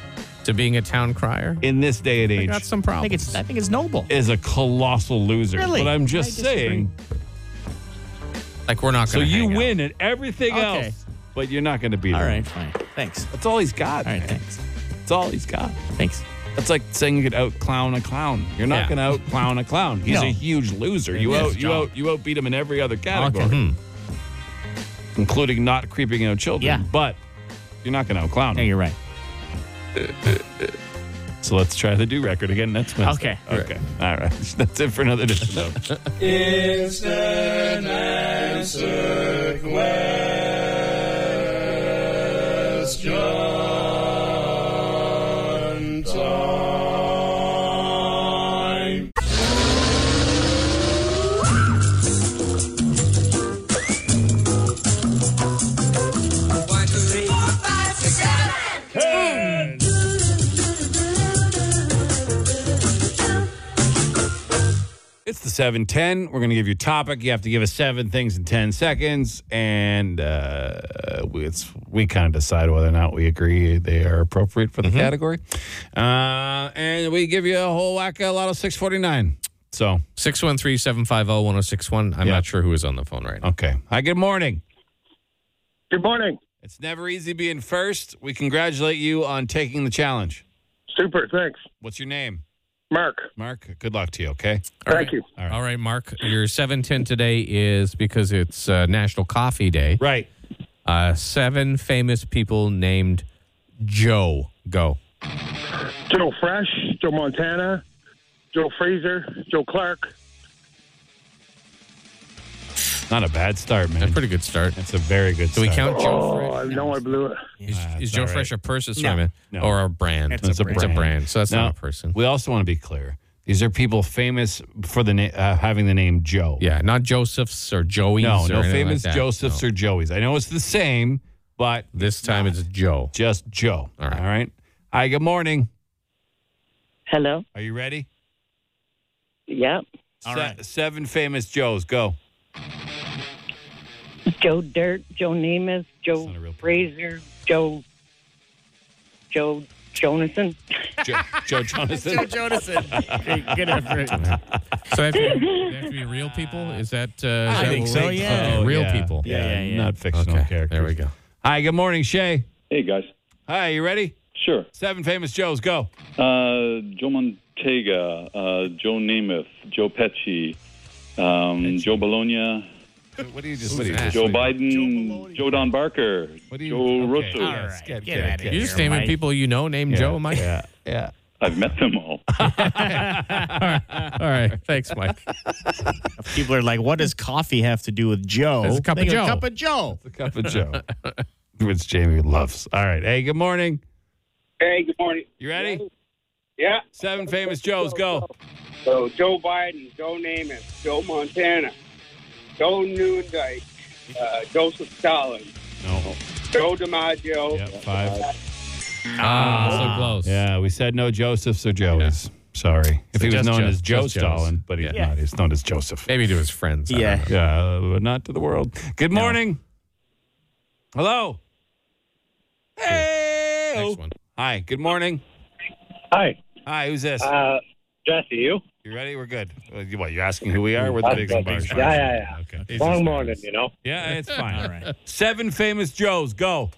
to being a town crier.
in this day and
I
age,
got some
I think
problems.
it's I think it's noble.
is a colossal loser.
Really?
But I'm just
I disagree.
saying.
like we're not
So
going to.
you win at everything
Okay.
else, but you're not going to beat
All
him.
right, fine. Thanks.
That's all he's got.
All right,
man.
thanks.
That's all he's got.
Thanks.
That's like saying you could out clown a clown. You're not
Yeah.
going to out clown a clown. He's
No.
a huge loser. You
Yeah,
out
his
you
job.
out you outbeat him in every other category, including not creeping out children.
Yeah.
But you're not going to out clown.
Yeah,
him.
you're right.
So let's try the do record again next Wednesday.
Okay.
Okay. All right. That's it for another edition. Of- It's the 710. We're going to give you a topic. You have to give us seven things in 10 seconds. And uh, we- it's, we kind of decide whether or not we agree they are appropriate
Mm-hmm.
for the category. Uh, and we give you a whole whack a lot of 649. So,
Six one three seven five zero one zero six one. I'm
Yeah. Oh.
not sure who is on the phone right now.
okay. Hi, good morning.
Good morning.
It's never easy being first. We congratulate you on taking the challenge.
Super. Thanks,
What's your name?
Mark.
Mark, good luck to you, okay?
Thank you.
All right.
All right, Mark, your seven ten today is because it's uh, National Coffee Day.
Right.
Uh, seven famous people named Joe. Go.
Joe Fresh, Joe Montana, Joe Fraser, Joe Clark.
Not a bad start, man.
A pretty good start.
That's a very good
Do
start.
we count Joe
Oh, I know I blew it.
Is, is
it's
Joe
all
Fresh
right.
a person?
No.
Sorry,
No.
Or a brand?
It's, a, brand.
So that's
Now,
not a person.
We also want to be clear. These are people famous for the na- uh, having the name Joe.
Yeah, not Joseph's or Joey's.
No,
or
no
anything
famous
like that.
Josephs
No.
or Joeys. I know it's the same, but
This time it's Joe.
just Joe.
All right.
All right. Hi, good morning.
Hello.
Are you ready?
Yep.
All right. Seven famous Joes. Go.
Joe Dirt, Joe Namath, Joe
not a real person.
Fraser, Joe Joe Jonason.
Joe, Joe Jonathan.
Jonathan. Good effort.
So they have, to be, they have to be real people. Is that? Uh, is
I
that
think
what
so,
we're-
yeah.
Okay, real
yeah.
people.
Yeah, yeah, yeah.
Not fictional
Okay,
characters.
there we go.
Hi, good morning, Shay.
Hey guys,
Hi, you ready?
sure.
Seven famous Joes. Go.
Uh, Joe Montega, uh, Joe Namath, Joe Pesci, um, Joe Bologna,
What do you just?
Who's
What do you
that?
just?
Joe
what do you-
Biden, Joe Don Barker,
What do you?
Joe
okay.
Russo.
All right.
Get-
Good,
get
good,
outta
good.
You're just
Here,
naming
Mike.
people you know named
Yeah,
Joe, Mike.
Yeah. Yeah.
I've met them all.
All right, thanks, Mike.
Oh.
People are like, what does coffee have to do with Joe?
It's a cup of
They go,
Joe.
cup of Joe.
The cup of Joe, which Jamie loves. All right. Hey, good morning.
Hey, good morning.
You ready?
Yeah.
Seven famous Joes. Go.
So Joe Biden, Joe Namath, Joe Montana, Joe Noondike, uh, Joseph Stalin,
No.
Joe DiMaggio.
Yeah. Five.
Ah, so close.
Yeah. We said no Josephs or Joeys. Sorry. If he was
just
known
Jo-
as Joe
just Joes.
Stalin, but he's
Yeah.
not. He's known as Joseph.
Maybe to his friends. I don't know.
Yeah, uh, but not to the world. Good morning. Hello. Hey. Oh.
Next one.
Hi. Good morning.
Hi,
Hi. Who's this?
uh, Jesse. You?
you ready? We're good. Uh, you- what? You're asking who we are? We're the Big and Bar Show.
Yeah, yeah,
Okay.
yeah. Long morning, you know.
Yeah, it's fine. All right. Seven famous Joes. Go.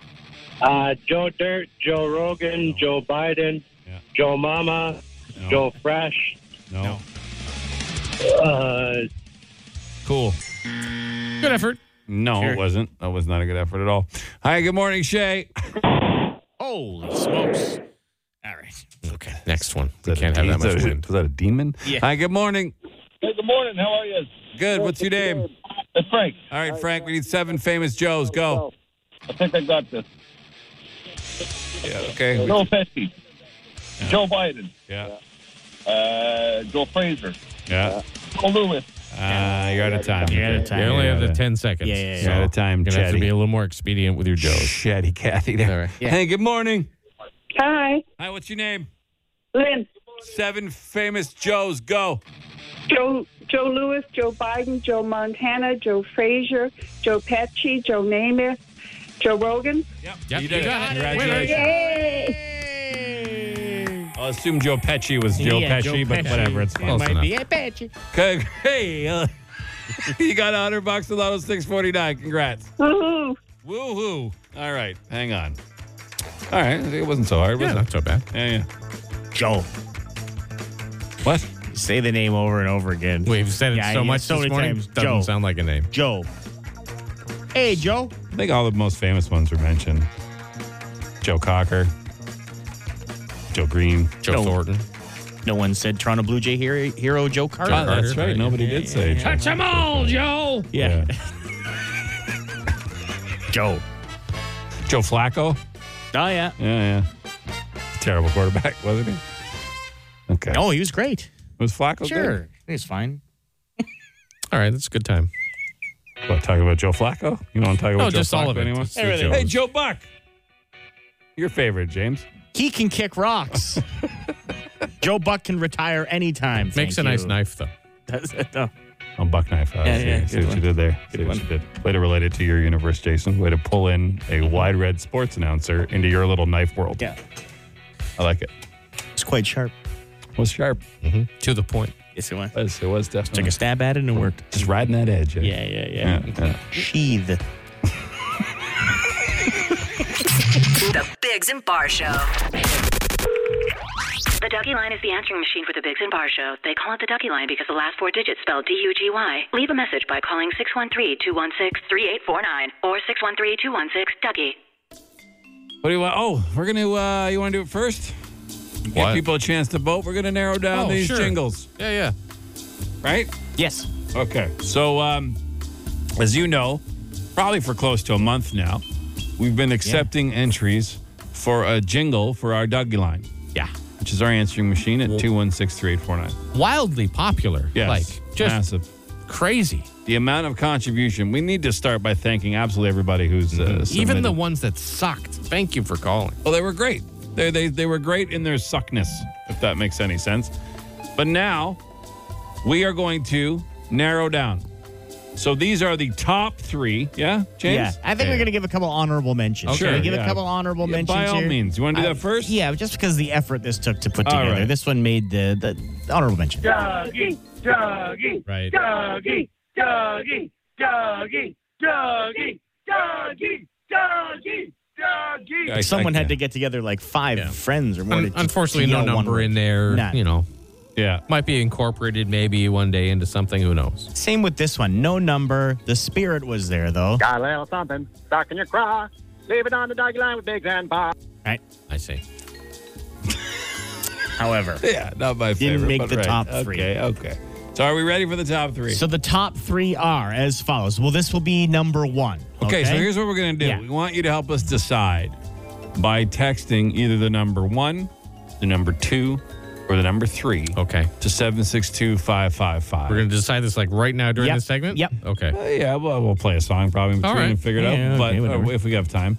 Uh, Joe Dirt, Joe Rogan, Joe Biden,
Yeah.
Joe Mama,
No.
Joe Fresh.
No.
Uh,
Cool.
Good effort.
No, it wasn't. That was not a good effort at all. Hi. Good morning, Shay.
Holy smokes. All right.
Okay, next one. We
Is
can't
a
have that
de-
much
is a-
wind.
Is that a demon?
Yeah.
Hi. Good morning.
hey, good morning. How are you?
Good. What's your name?
It's Frank.
All right, Frank. We need seven famous Joes. Go.
I think I got this.
Yeah, okay.
Joe Pesci, Joe Biden,
yeah.
uh, Joe Fraser,
Yeah.
Joe Lewis.
Uh, you're out of time.
You're out of time.
You only have the
Yeah.
10 seconds.
Yeah, yeah, yeah.
You're out of time,
You're going to have to
Chatty.
be a little more expedient with your Joes.
Shatty Cathy there.
All right.
Hey, good morning.
Hi.
Hi, what's your name?
Lynn.
Seven famous Joes. Go.
Joe Joe Lewis, Joe Biden, Joe Montana, Joe Frazier, Joe Pesci, Joe Namath, Joe Rogan.
Yep.
Yep,
you did
you got
it.
it.
Congratulations.
Yay!
I'll assume Joe Pesci was Joe
Yeah,
Pesci,
Joe
but
Pesci.
whatever. It's
It
fine.
might be a Pesci.
Okay. Hey, uh, you got 100 bucks to Lotto 649. Congrats.
Woohoo!
Woohoo. All right. Hang on. All right. It wasn't so hard, was
Yeah,
it?
not so bad.
Yeah,
Joe.
yeah. What?
Say the name over and over again.
We've said it
Yeah,
so
you-
much
so
this
many
morning.
times.
Doesn't
Joe.
sound like a name.
Joe. Hey, Joe.
I think all the most famous ones were mentioned. Joe Cocker, Joe Green.
Joe
Joe.
Thornton.
No one said Toronto Blue Jay hero, hero Joe Carter.
Joe Carter.
that's right. Nobody did say. Joe.
Touch them all, Joe.
Yeah. Joe.
Joe Flacco.
Oh, yeah.
Yeah, yeah. Terrible quarterback, wasn't he? Okay.
Oh, he was great.
Was Flacco
Sure. He was fine.
All right, that's a good time.
good? What, talking about Joe Flacco? You want to talk about
No,
Joe
just
Flacco
all of it.
anymore?
Just the Everything.
Hey,
Joes.
Joe Buck. Your favorite, James.
He can kick rocks. Joe Buck can retire anytime.
Makes a
Thank
nice
you.
knife, though.
That's it,
Oh,
though.
On Buck Knife. Uh,
Yeah,
see,
yeah,
see
good
what you
one.
did there. See what you did. Way to relate it to your universe, Jason. Way to pull in a wide red sports announcer into your little knife world.
Yeah.
I like it.
It's quite sharp.
was sharp.
To the point.
Yes, it was.
Yes, it was
Took
definitely.
a stab at it and it worked.
Just riding that edge. eh?
Yeah, yeah, yeah.
Yeah, yeah.
Sheath.
The Bigs and Bar Show. The Ducky Line is the answering machine for the Bigs and Bar Show. They call it the Ducky Line because the last four digits spell D U G Y. Leave a message by calling 613 216 3849 or 613 216 Ducky.
What do you want? Oh, we're gonna. Uh, you want to do it first? Give people a chance to vote. We're going to narrow down
Oh,
these
sure.
jingles.
Yeah, yeah.
Right?
Yes.
Okay. So, um, as you know, probably for close to a month now, we've been accepting entries for a jingle for our Dougie line.
Yeah.
Which is our answering machine at 216 3849.
Wildly popular.
Yes.
Like, just
massive.
crazy.
The amount of contribution. We need to start by thanking absolutely everybody who's
Mhm.
uh,
Even the
submitted.
ones that sucked. Thank you for calling.
Well, they were great. They, they, they were great in their suckness, if that makes any sense. But now we are going to narrow down. So these are the top three. Yeah, James?
Yeah. I think we're going to give a couple honorable mentions.
Okay,
Should we give
yeah.
a couple honorable
Yeah, by
mentions
all
here?
means. You wanna do
I-
that first?
Yeah, just because the effort this took to put
All
together.
right.
This one made the, the honorable mention.
Dougie, Dougie,
Right.
Dougie, Dougie, Dougie, Dougie, Dougie, Dougie, Dougie.
Someone had to get together like five friends or more. to just
Unfortunately, no
yell one
number
word.
in there.
None.
You know.
Yeah.
Might be incorporated maybe one day into something. Who knows?
Same with this one. No number. The spirit was there, though.
Got a little something stuck in your craw. Leave it on the doggy line with Big and Bob.
Right.
I see.
However,
yeah, not my
Didn't
favorite,
make
but
the
right.
top three.
Okay, okay. So are we ready for the top three?
So the top three are as follows. Well, this will be number one.
Okay, so here's what we're going to do.
Yeah.
We want you to help us decide by texting either the number one, the number two, or the number three.
Okay.
To 762-555.
We're going to decide this like right now during
Yep.
the segment?
Yep.
Okay.
Uh, yeah, well, we'll play a song probably in
All
between
right.
and figure it
Yeah,
out.
okay,
but
whatever.
uh, if we have time.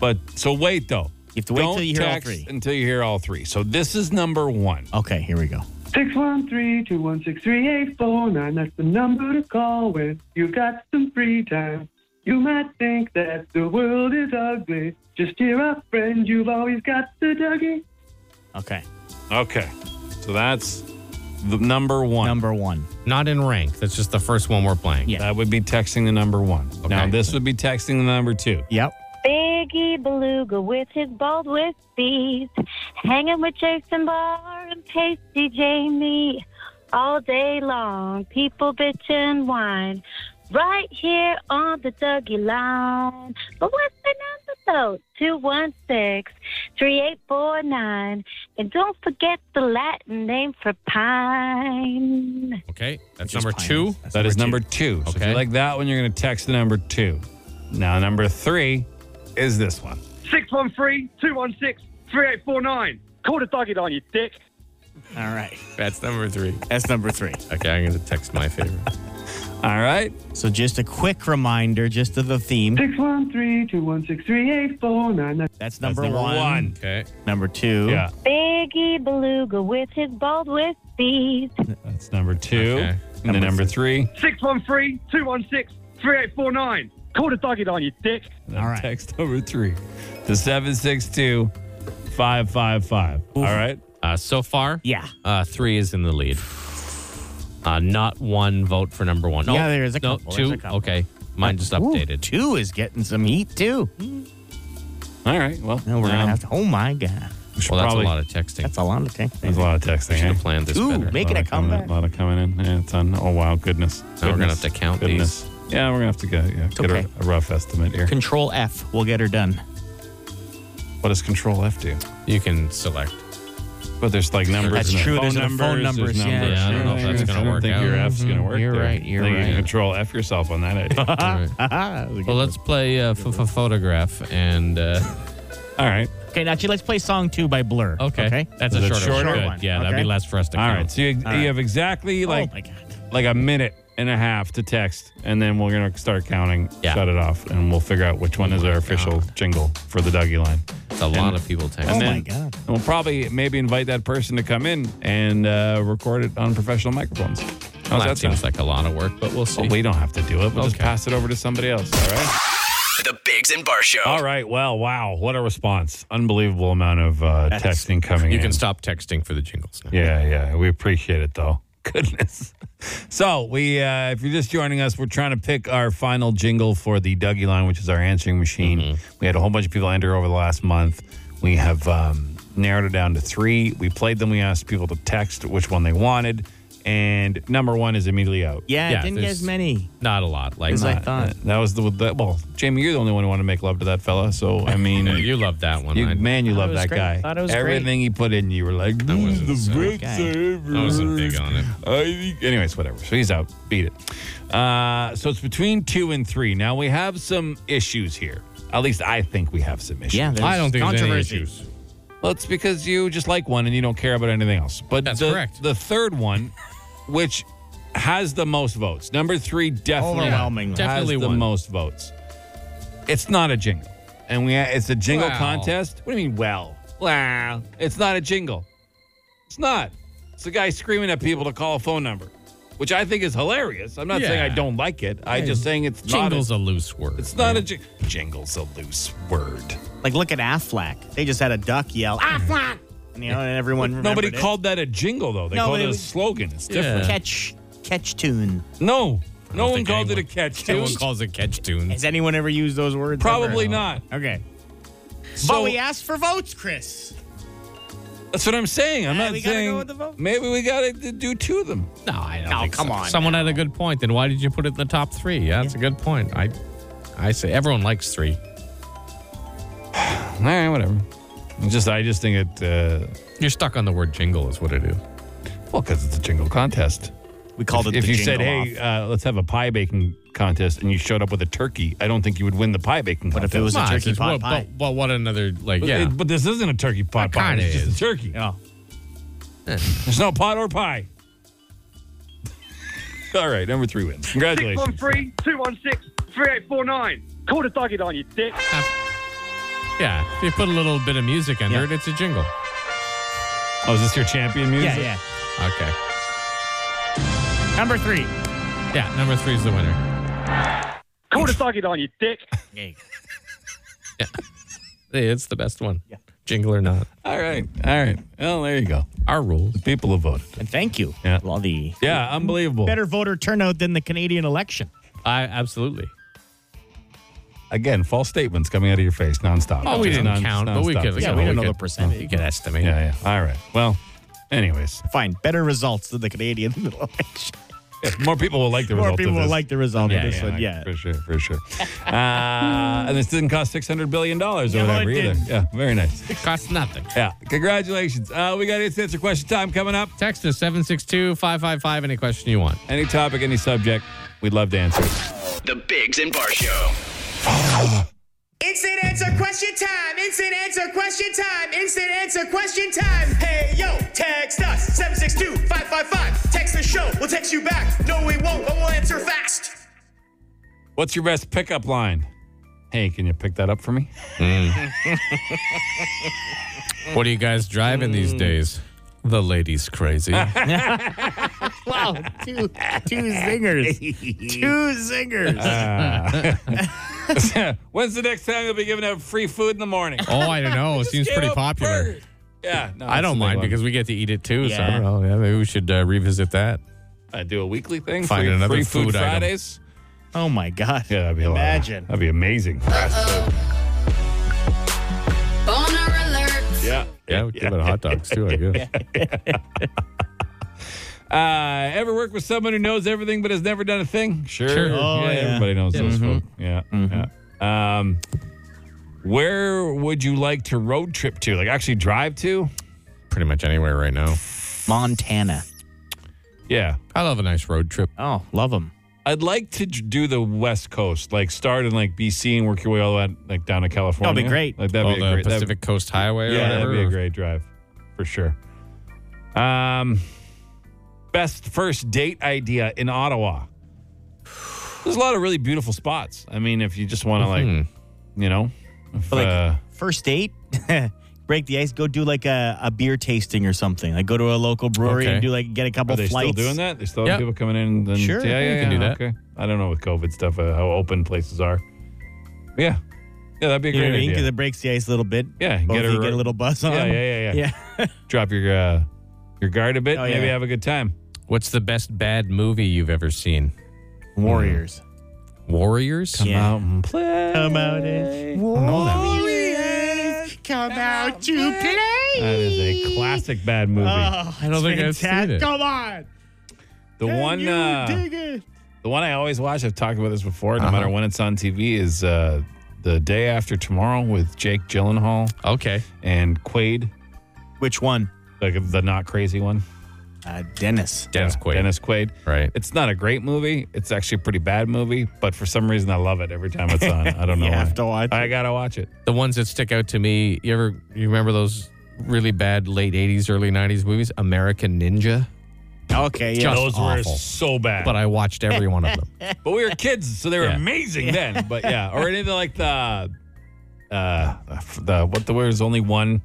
But so wait though. You have
to wait till you hear all three.
Until you hear all three. So this is number one.
Okay, here we go.
613-216-3849. That's the number to call when you've got some free time. You might think that the world is ugly. Just hear up, friend. You've always got the Dougie.
Okay.
Okay. So that's the number one.
Number one.
Not in rank. That's just the first one we're playing.
Yeah.
That would be texting the number one. Now this would be texting the number two.
Yep.
Biggie Beluga with his bald with feet, hanging with Jason Barr and Pasty Jamie all day long. People bitchin' wine right here on the Dougie line. But what's the number though? 216-3849. And don't forget the Latin name for pine.
Okay. That's number two.
That's number two. So if you like that one, you're going to text the number two. Now, number three is this one.
613-216-3849. Call the Dougie line, you dick.
All right.
That's number three.
That's number three.
Okay, I'm going to text my favorite.
All right.
So just a quick reminder, just of the theme.
613-216-3849.
That's number, one.
Okay.
Number two.
Yeah.
Biggie Beluga with his bald with feet.
That's number two. And then number three.
613-216-3849. Call the Dougie line, you dick.
And then Text number three to 762 555. All right.
Uh, so far,
yeah,
uh, three is in the lead. Uh, not one vote for number one. Oh,
Yeah, there is a
no,
couple.
Two.
There's a couple.
Okay, mine just
Ooh,
updated.
two is getting some heat too.
All right. Well,
No, we're
um,
gonna have to. Oh my god.
well, that's
probably-
a lot of texting.
That's a lot of things.
There's a lot of texting. Should have
planned this
Ooh, better. making a comeback.
A lot of coming in. Yeah, it's on. Oh, wow. Goodness.
Now we're gonna
Goodness.
have to count
Goodness. Yeah, we're going to have to get, yeah, get
okay.
a, a rough estimate here.
Control F. We'll get her done.
What does Control F do?
You can select.
But there's like numbers.
That's
and
true,
Phone
there's the
numbers,
phone numbers,
There's
yeah.
numbers.
Yeah, I don't know if that's
I
gonna work
think
out.
your F's going to
Mhm.
work.
You're
there.
right, you're
I think You
right.
can control F yourself on that. idea.
well, let's play uh, f- f- photograph and. Uh,
All right.
Okay, now let's play song two by Blur.
Okay. That's a
Is it
shorter,
shorter?
Good.
Short one.
Yeah, that'd
Okay.
be less for us to
All
count.
right. So you,
All
you
right.
have exactly like
Oh my God.
like a minute and a half to text, and then we're gonna start counting,
Yeah.
shut it off, and we'll figure out which one is our official jingle for the Dougie line.
It's a lot of people text.
And
Oh,
then
my
God.
We'll probably maybe invite that person to come in and uh, record it on professional microphones. How's
Well, that
sound? Oh,
seems like a lot of work, but we'll see.
Well, we don't have to do it. We'll just
Okay.
pass it over to somebody else. All right.
The Bigs and Bar Show.
All right. Well, wow. What a response. Unbelievable amount of uh,
That's-
texting coming
You
in.
can stop texting for the jingles. Now.
Yeah, yeah. We appreciate it, though. Goodness. So, we, uh, if you're just joining us, we're trying to pick our final jingle for the Dougie line, which is our answering machine.
Mm-hmm.
We had a whole bunch of people enter over the last month. We have um, narrowed it down to three. We played them. We asked people to text which one they wanted. and number one is immediately out.
Yeah, it didn't get
there's
as many.
Not a lot. Like
As I
not-
thought.
That was the, that, well, Jamie, you're the only one who wanted to make love to that fella. So I mean, you
love that one.
You,
I-
man, you love
Thought it was
that
great.
guy.
Thought it was
Everything he put in, you were like, "This is the best ever."
I wasn't big on it.
I think- anyways, whatever. So he's out. Beat it. Uh, so it's between two and three. Now we have some issues here. At least I think we have some issues.
Yeah, there's I don't think there's any controversy. issues.
Well, it's because you just like one and you don't care about anything else. But that's the, correct. The third one, which has the most votes, number three, definitely
Overwhelmingly.
definitely
Definitely
has the
won.
most votes. It's not a jingle, and we it's a jingle
Wow.
contest. What do you mean? Well, wow, it's not a jingle. It's not. It's a guy screaming at people to call a phone number, which I think is hilarious. I'm not saying I
Yeah.
don't like it. I'm
Hey,
just saying it's
jingle's
not
a loose word.
It's not a jingle. Jingle's a loose word.
Like, look at Affleck. They just had a duck yell, Affleck! And, you know, and everyone
But nobody
remembered it.
called that a jingle though. They
No,
called
but
it
it
a
was-
slogan. It's different.
Catch, catch tune.
No. No
don't
one
think
called it a catch
No
tune.
one calls it catch tune.
Has anyone ever used those words?
Probably
ever?
not.
Okay.
So-
but we asked for votes, Chris.
That's what I'm saying. I'm
Ah,
not
we gotta go
saying
with the votes.
maybe we got to do two of them.
No, I don't.
No,
think
come
so.
on
Someone had a good point. Then why did you put it in the top three? Yeah, that's a good point. I, I say everyone likes three.
All right, whatever. It's just I just think it. Uh,
You're stuck on the word jingle, is what it is.
Well, because it's a jingle contest.
We called
if,
it
If
the
you said,
jingle
"Hey, uh, let's have a pie baking contest," and you showed up with a turkey, I don't think you would win the pie baking. But
if it was a Nah, turkey it's- pot
well,
pie?
But, but what another like?
But,
Yeah,
it- but this isn't a turkey pot
It
pie.
kinda
It's just
is.
a turkey.
Oh.
There's no pot or pie. All right, number three wins. Congratulations.
613 216 3849. Call the doggy line, you dick.
yeah. If you put a little bit of music under it, it's a jingle.
Oh, is this your champion music?
Yeah,
Okay.
yeah. Number three.
Yeah, number three is the winner.
Call the doggy line, you dick.
Hey, It's the best one. Jingle or not.
All right, all right. Well, there you go.
Our rules.
The people have voted.
And thank you.
Yeah.
Well, the
Yeah, unbelievable.
better voter turnout than the Canadian election.
I absolutely.
Again, false statements coming out of your face nonstop.
Oh, we
Just
didn't
non-
count, but we
nonstop.
could-
Yeah,
Yeah,
we
we
don't know
could-
the percentage.
You can estimate.
Yeah, yeah. All right. Well, anyways,
Fine. Better results than the Canadian election.
more people will like the
More
result.
people
of
will
this.
like the result of this one,
like,
yeah.
for sure, for sure. uh, and this didn't cost six hundred billion dollars or
No, it
whatever either.
didn't.
Yeah, very nice.
It costs nothing.
Yeah, congratulations. Uh, we got instant answer question time coming up.
Text us 762 555 any question you want.
Any topic, any subject, we'd love to answer.
The Bigs and Bar Show.
Instant answer question time. Instant answer question time. Instant answer question time. Hey yo, text us 762-555. Text the show. We'll text you back. No, we won't, but we'll answer fast.
What's your best pickup line? Hey, can you pick that up for me?
What are you guys driving
Mm.
these days? The lady's crazy. Oh,
wow, two, two zingers. two zingers.
Uh, When's the next time you'll be giving out free food in the morning?
oh, I don't know. It seems
gave
pretty
up
popular.
burgers. Yeah, no,
I
that's the
don't
big
mind
one.
because we get to eat it too. So I
Yeah.
don't know. Yeah, maybe we should uh, revisit that.
I do a weekly thing.
Find
free,
another
free food,
food item.
Fridays.
Oh my God.
Yeah, that'd be a lot.
Imagine.
That'd be amazing.
Boner alert.
Yeah.
Yeah, we give it hot dogs too, I guess.
Uh, ever work with someone who knows everything but has never done a thing? Sure.
Sure.
Oh, yeah.
Everybody knows
Yeah.
those
Mhm.
folk. Yeah. yeah. Um, where would you like to road trip to? Like actually drive to?
Pretty much anywhere right now.
Montana.
Yeah.
I love a nice road trip.
Oh, love them.
I'd like to j- do the West Coast, like start in like BC and work your way all the way out, like down to California.
great.
Like that'd
Oh,
be a
the
great. that'd-
Pacific Coast Highway.
yeah,
or whatever.
that'd be a great drive for sure. Um, best first date idea in Ottawa. There's a lot of really beautiful spots. I mean, if you just want to like,
Mhm.
you know, if,
But, Mm-hmm. like,
uh,
First date, break the ice, go do like a, a beer tasting or something. Like go to a local brewery
Okay.
and do like get a couple
are they
flights.
still doing that? They still have
Yeah.
people coming in. And then,
Sure,
yeah,
yeah,
yeah,
you can
yeah,
do that.
Okay, I don't know with COVID stuff uh, how open places are. Yeah, yeah, that'd be a
You know
great
what I mean?
idea.
Because it breaks the ice a little bit.
Yeah,
Both
get
of you
a-
get a little buzz on.
yeah, yeah, yeah, yeah.
yeah.
Drop your uh, your guard a bit.
Oh,
maybe
yeah.
have a good time.
What's the best bad movie you've ever seen?
Warriors.
Warriors?
Come
Yeah.
out and play.
Come out and Warriors, come out to play.
That is a classic bad movie.
Oh,
I don't
it's
think I've seen
fantastic.
it.
Come on.
The one uh, the one I always watch, I've talked about this before, no matter when it's on TV, is uh, the day after tomorrow with Jake Gyllenhaal.
Okay.
And Quaid.
Which one?
The, the not crazy one.
Uh, Dennis.
Dennis Quaid.
Dennis Quaid.
Right.
It's not a great movie. It's actually a pretty bad movie, but for some reason I love it every time it's on. I don't know.
You
why.
have
to watch
I gotta watch it.
The ones that stick out to me, you ever you remember those really bad late 80s early 90s movies? American Ninja?
Okay,
Just
those were
awful.
so bad.
But I watched every one of them.
but we were kids, so they were amazing then. But yeah, or anything like the, uh, the what the where's only one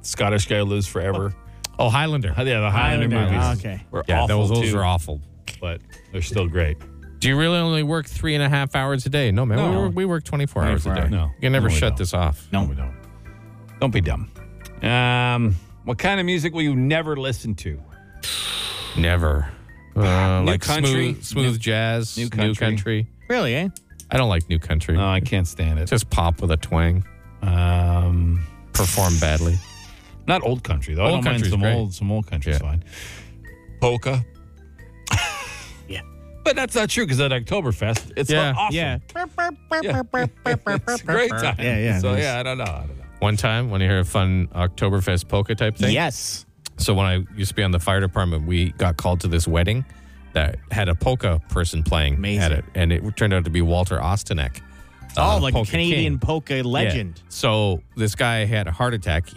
Scottish guy lose forever.
Oh, Highlander.
Yeah, the Highlander,
Highlander,
movies.
Ah, okay.
were
Yeah,
awful
those, those
too,
are awful.
but they're still great.
Do you really only work three and a half hours a day? No, man. We,
No.
work, we work 24, hours a
24
day.
hours. No.
You can never
No, we
shut
don't.
this off.
No,
we don't. Don't be dumb. Um, what kind of music will you never listen to?
Never. Uh,
New
like
country.
smooth, smooth jazz, new country.
Really, eh?
I don't like new country.
No, I can't stand it.
Just pop with a twang.
Um,
Perform badly.
Not old country though. I don't
Old
mind
country's
some
great.
old some old country's
Yeah.
fine. Polka. yeah. But that's not true because at Oktoberfest, it's
Yeah.
awesome.
Yeah.
it's a great time.
Yeah, yeah,
So
it is.
yeah, I don't know. I don't know.
One time, when you hear a fun Oktoberfest polka type thing.
Yes.
So when I used to be on the fire department, we got called to this wedding that had a polka person playing at
Amazing.
it, and it turned out to be Walter Ostenek.
Oh,
uh,
like a
polka
Canadian
king.
polka legend.
Yeah. So this guy had a heart attack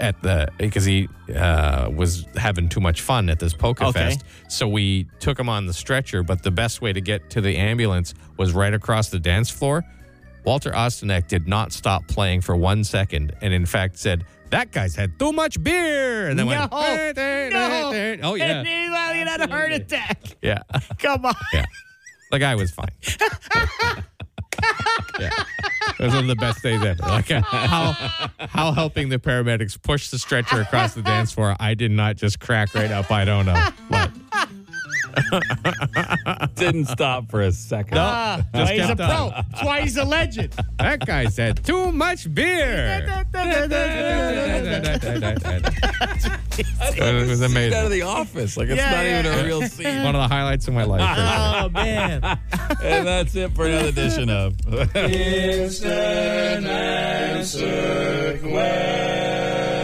at the because he uh, was having too much fun at this poker
Okay.
fest. So we took him on the stretcher, but the best way to get to the ambulance was right across the dance floor. Walter Ostenek did not stop playing for one second, and in fact said, "That guy's had too much beer," and then
No,
went, "Eh, eh, eh, eh." "Oh
And
yeah,
he well, he had a heart attack.
yeah."
Come on.
Yeah. The guy was fine. yeah. It was one of the best days ever. Like uh, how how helping the paramedics push the stretcher across the dance floor, I did not just crack right up. I don't know. But
Didn't stop for a second.
Ah, that's why he's a
kept
pro. That's why he's a legend.
that guy said too much beer. it was
It's out of
amazing.
the office. Like it's
Yeah,
not
yeah,
even
yeah.
a real scene.
One of the highlights of my life. right there.
oh man.
and that's it for another edition of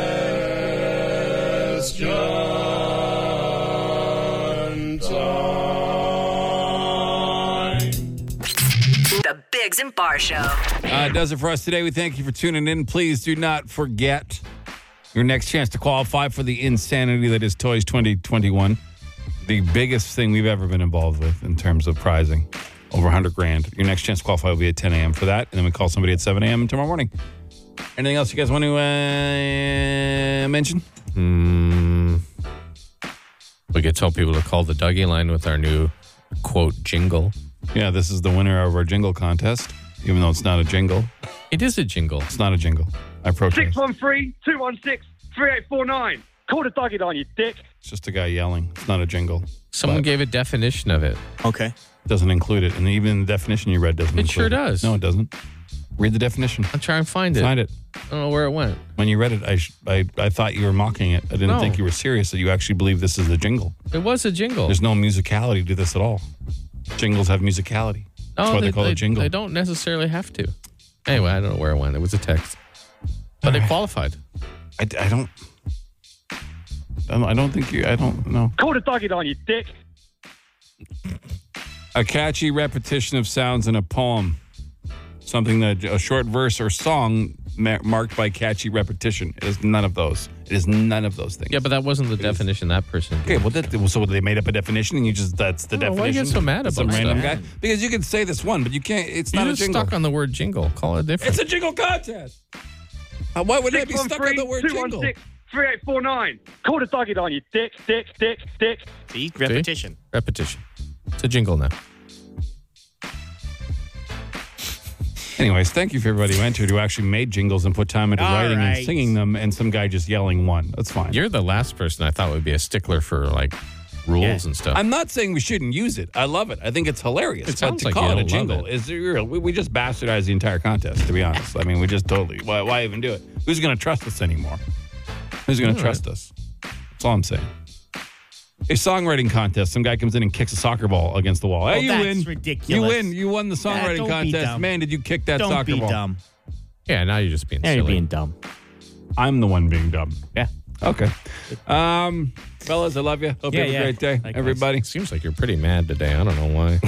The Biggs and Bar Show.
Uh, does it for us today. We thank you for tuning in. Please do not forget your next chance to qualify for the insanity that is Toys 2021. The biggest thing we've ever been involved with in terms of prizing, over 100 grand. Your next chance to qualify will be at 10 a.m. for that. And then we call somebody at 7 a.m. tomorrow morning. Anything else you guys want to uh, mention?
Hmm. We could tell people to call the Dougie line with our new quote jingle.
Yeah, this is the winner of our jingle contest, even though it's not a jingle.
It is a jingle.
It's not a jingle. I protest.
613 216 3849. Call the doggy line, you dick.
It's just a guy yelling. It's not a jingle.
Someone gave a definition of it.
Okay.
doesn't include it. And even the definition you read doesn't
It
include
sure
it.
does.
No, it doesn't. Read the definition.
I'll try and find it.
Find it.
I don't know where it went.
When you read it, I, sh- I I thought you were mocking it. I didn't
No.
think you were serious that you actually believe this is a jingle.
It was a jingle.
There's no musicality to this at all. Jingles have musicality. That's why they, call it jingle.
Oh, They don't necessarily have to. Anyway, I don't know where it went. It was a text. But they qualified.
I, I don't. I don't- I don't think you. I don't know.
Call the doggy line, you dick.
A catchy repetition of sounds in a poem, something that a short verse or song ma- marked by catchy repetition. It is none of those. It is none of those things.
Yeah, but that wasn't the definition that person
Okay,
gave.
well, that, well, so they made up a definition, and you just—that's the
Oh,
definition.
why you get so mad
That's some
about
random
stuff?
guy? Because you can say this one, but you can't. It's
You're
not a
just
jingle.
stuck on the word jingle. Call it different.
it's a jingle contest. Uh, why would I be stuck on the word jingle?
216 3849. Call the doggy line, you dick, dick, dick, dick.
See?
See?
Repetition.
Repetition. It's a jingle now.
Anyways, thank you for everybody who entered who actually made jingles and put time into
All
writing and
right.
singing them, and some guy just yelling one. That's fine.
You're the last person I thought would be a stickler for like rules
Yeah.
and stuff.
I'm not saying we shouldn't use it. I love it. I think it's hilarious.
It
but
sounds
to
like you
call it a
don't
jingle
love it.
is real. We, we just bastardized the entire contest, to be honest. I mean, we just totally. Why, why even do it? Who's going to trust us anymore? Who's going to trust us? That's all I'm saying. a songwriting contest. Some guy comes in and kicks a soccer ball against the wall.
Oh,
hey, you
that's
win. You
ridiculous.
win. You won the
Nah,
songwriting
don't be
contest.
dumb.
Man, did you kick that
Don't
soccer
be
ball?
dumb.
Yeah, now you're just being
Now you're
silly.
being dumb.
I'm the one being dumb.
Yeah.
Okay. Um, fellas, I love you. Hope
Yeah,
you have
yeah.
a great day, everybody.
Seems like you're pretty mad today. I don't know why.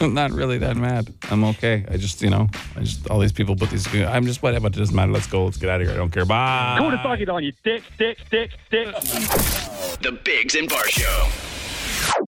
I'm not really that mad. I'm okay. I just, you know, I just all these people put these. I'm just whatever. It doesn't matter. Let's go. Let's get out of here. I don't care. Bye.
Call the target on you, dick, dick, dick, dick.
The Bigs and Bar Show.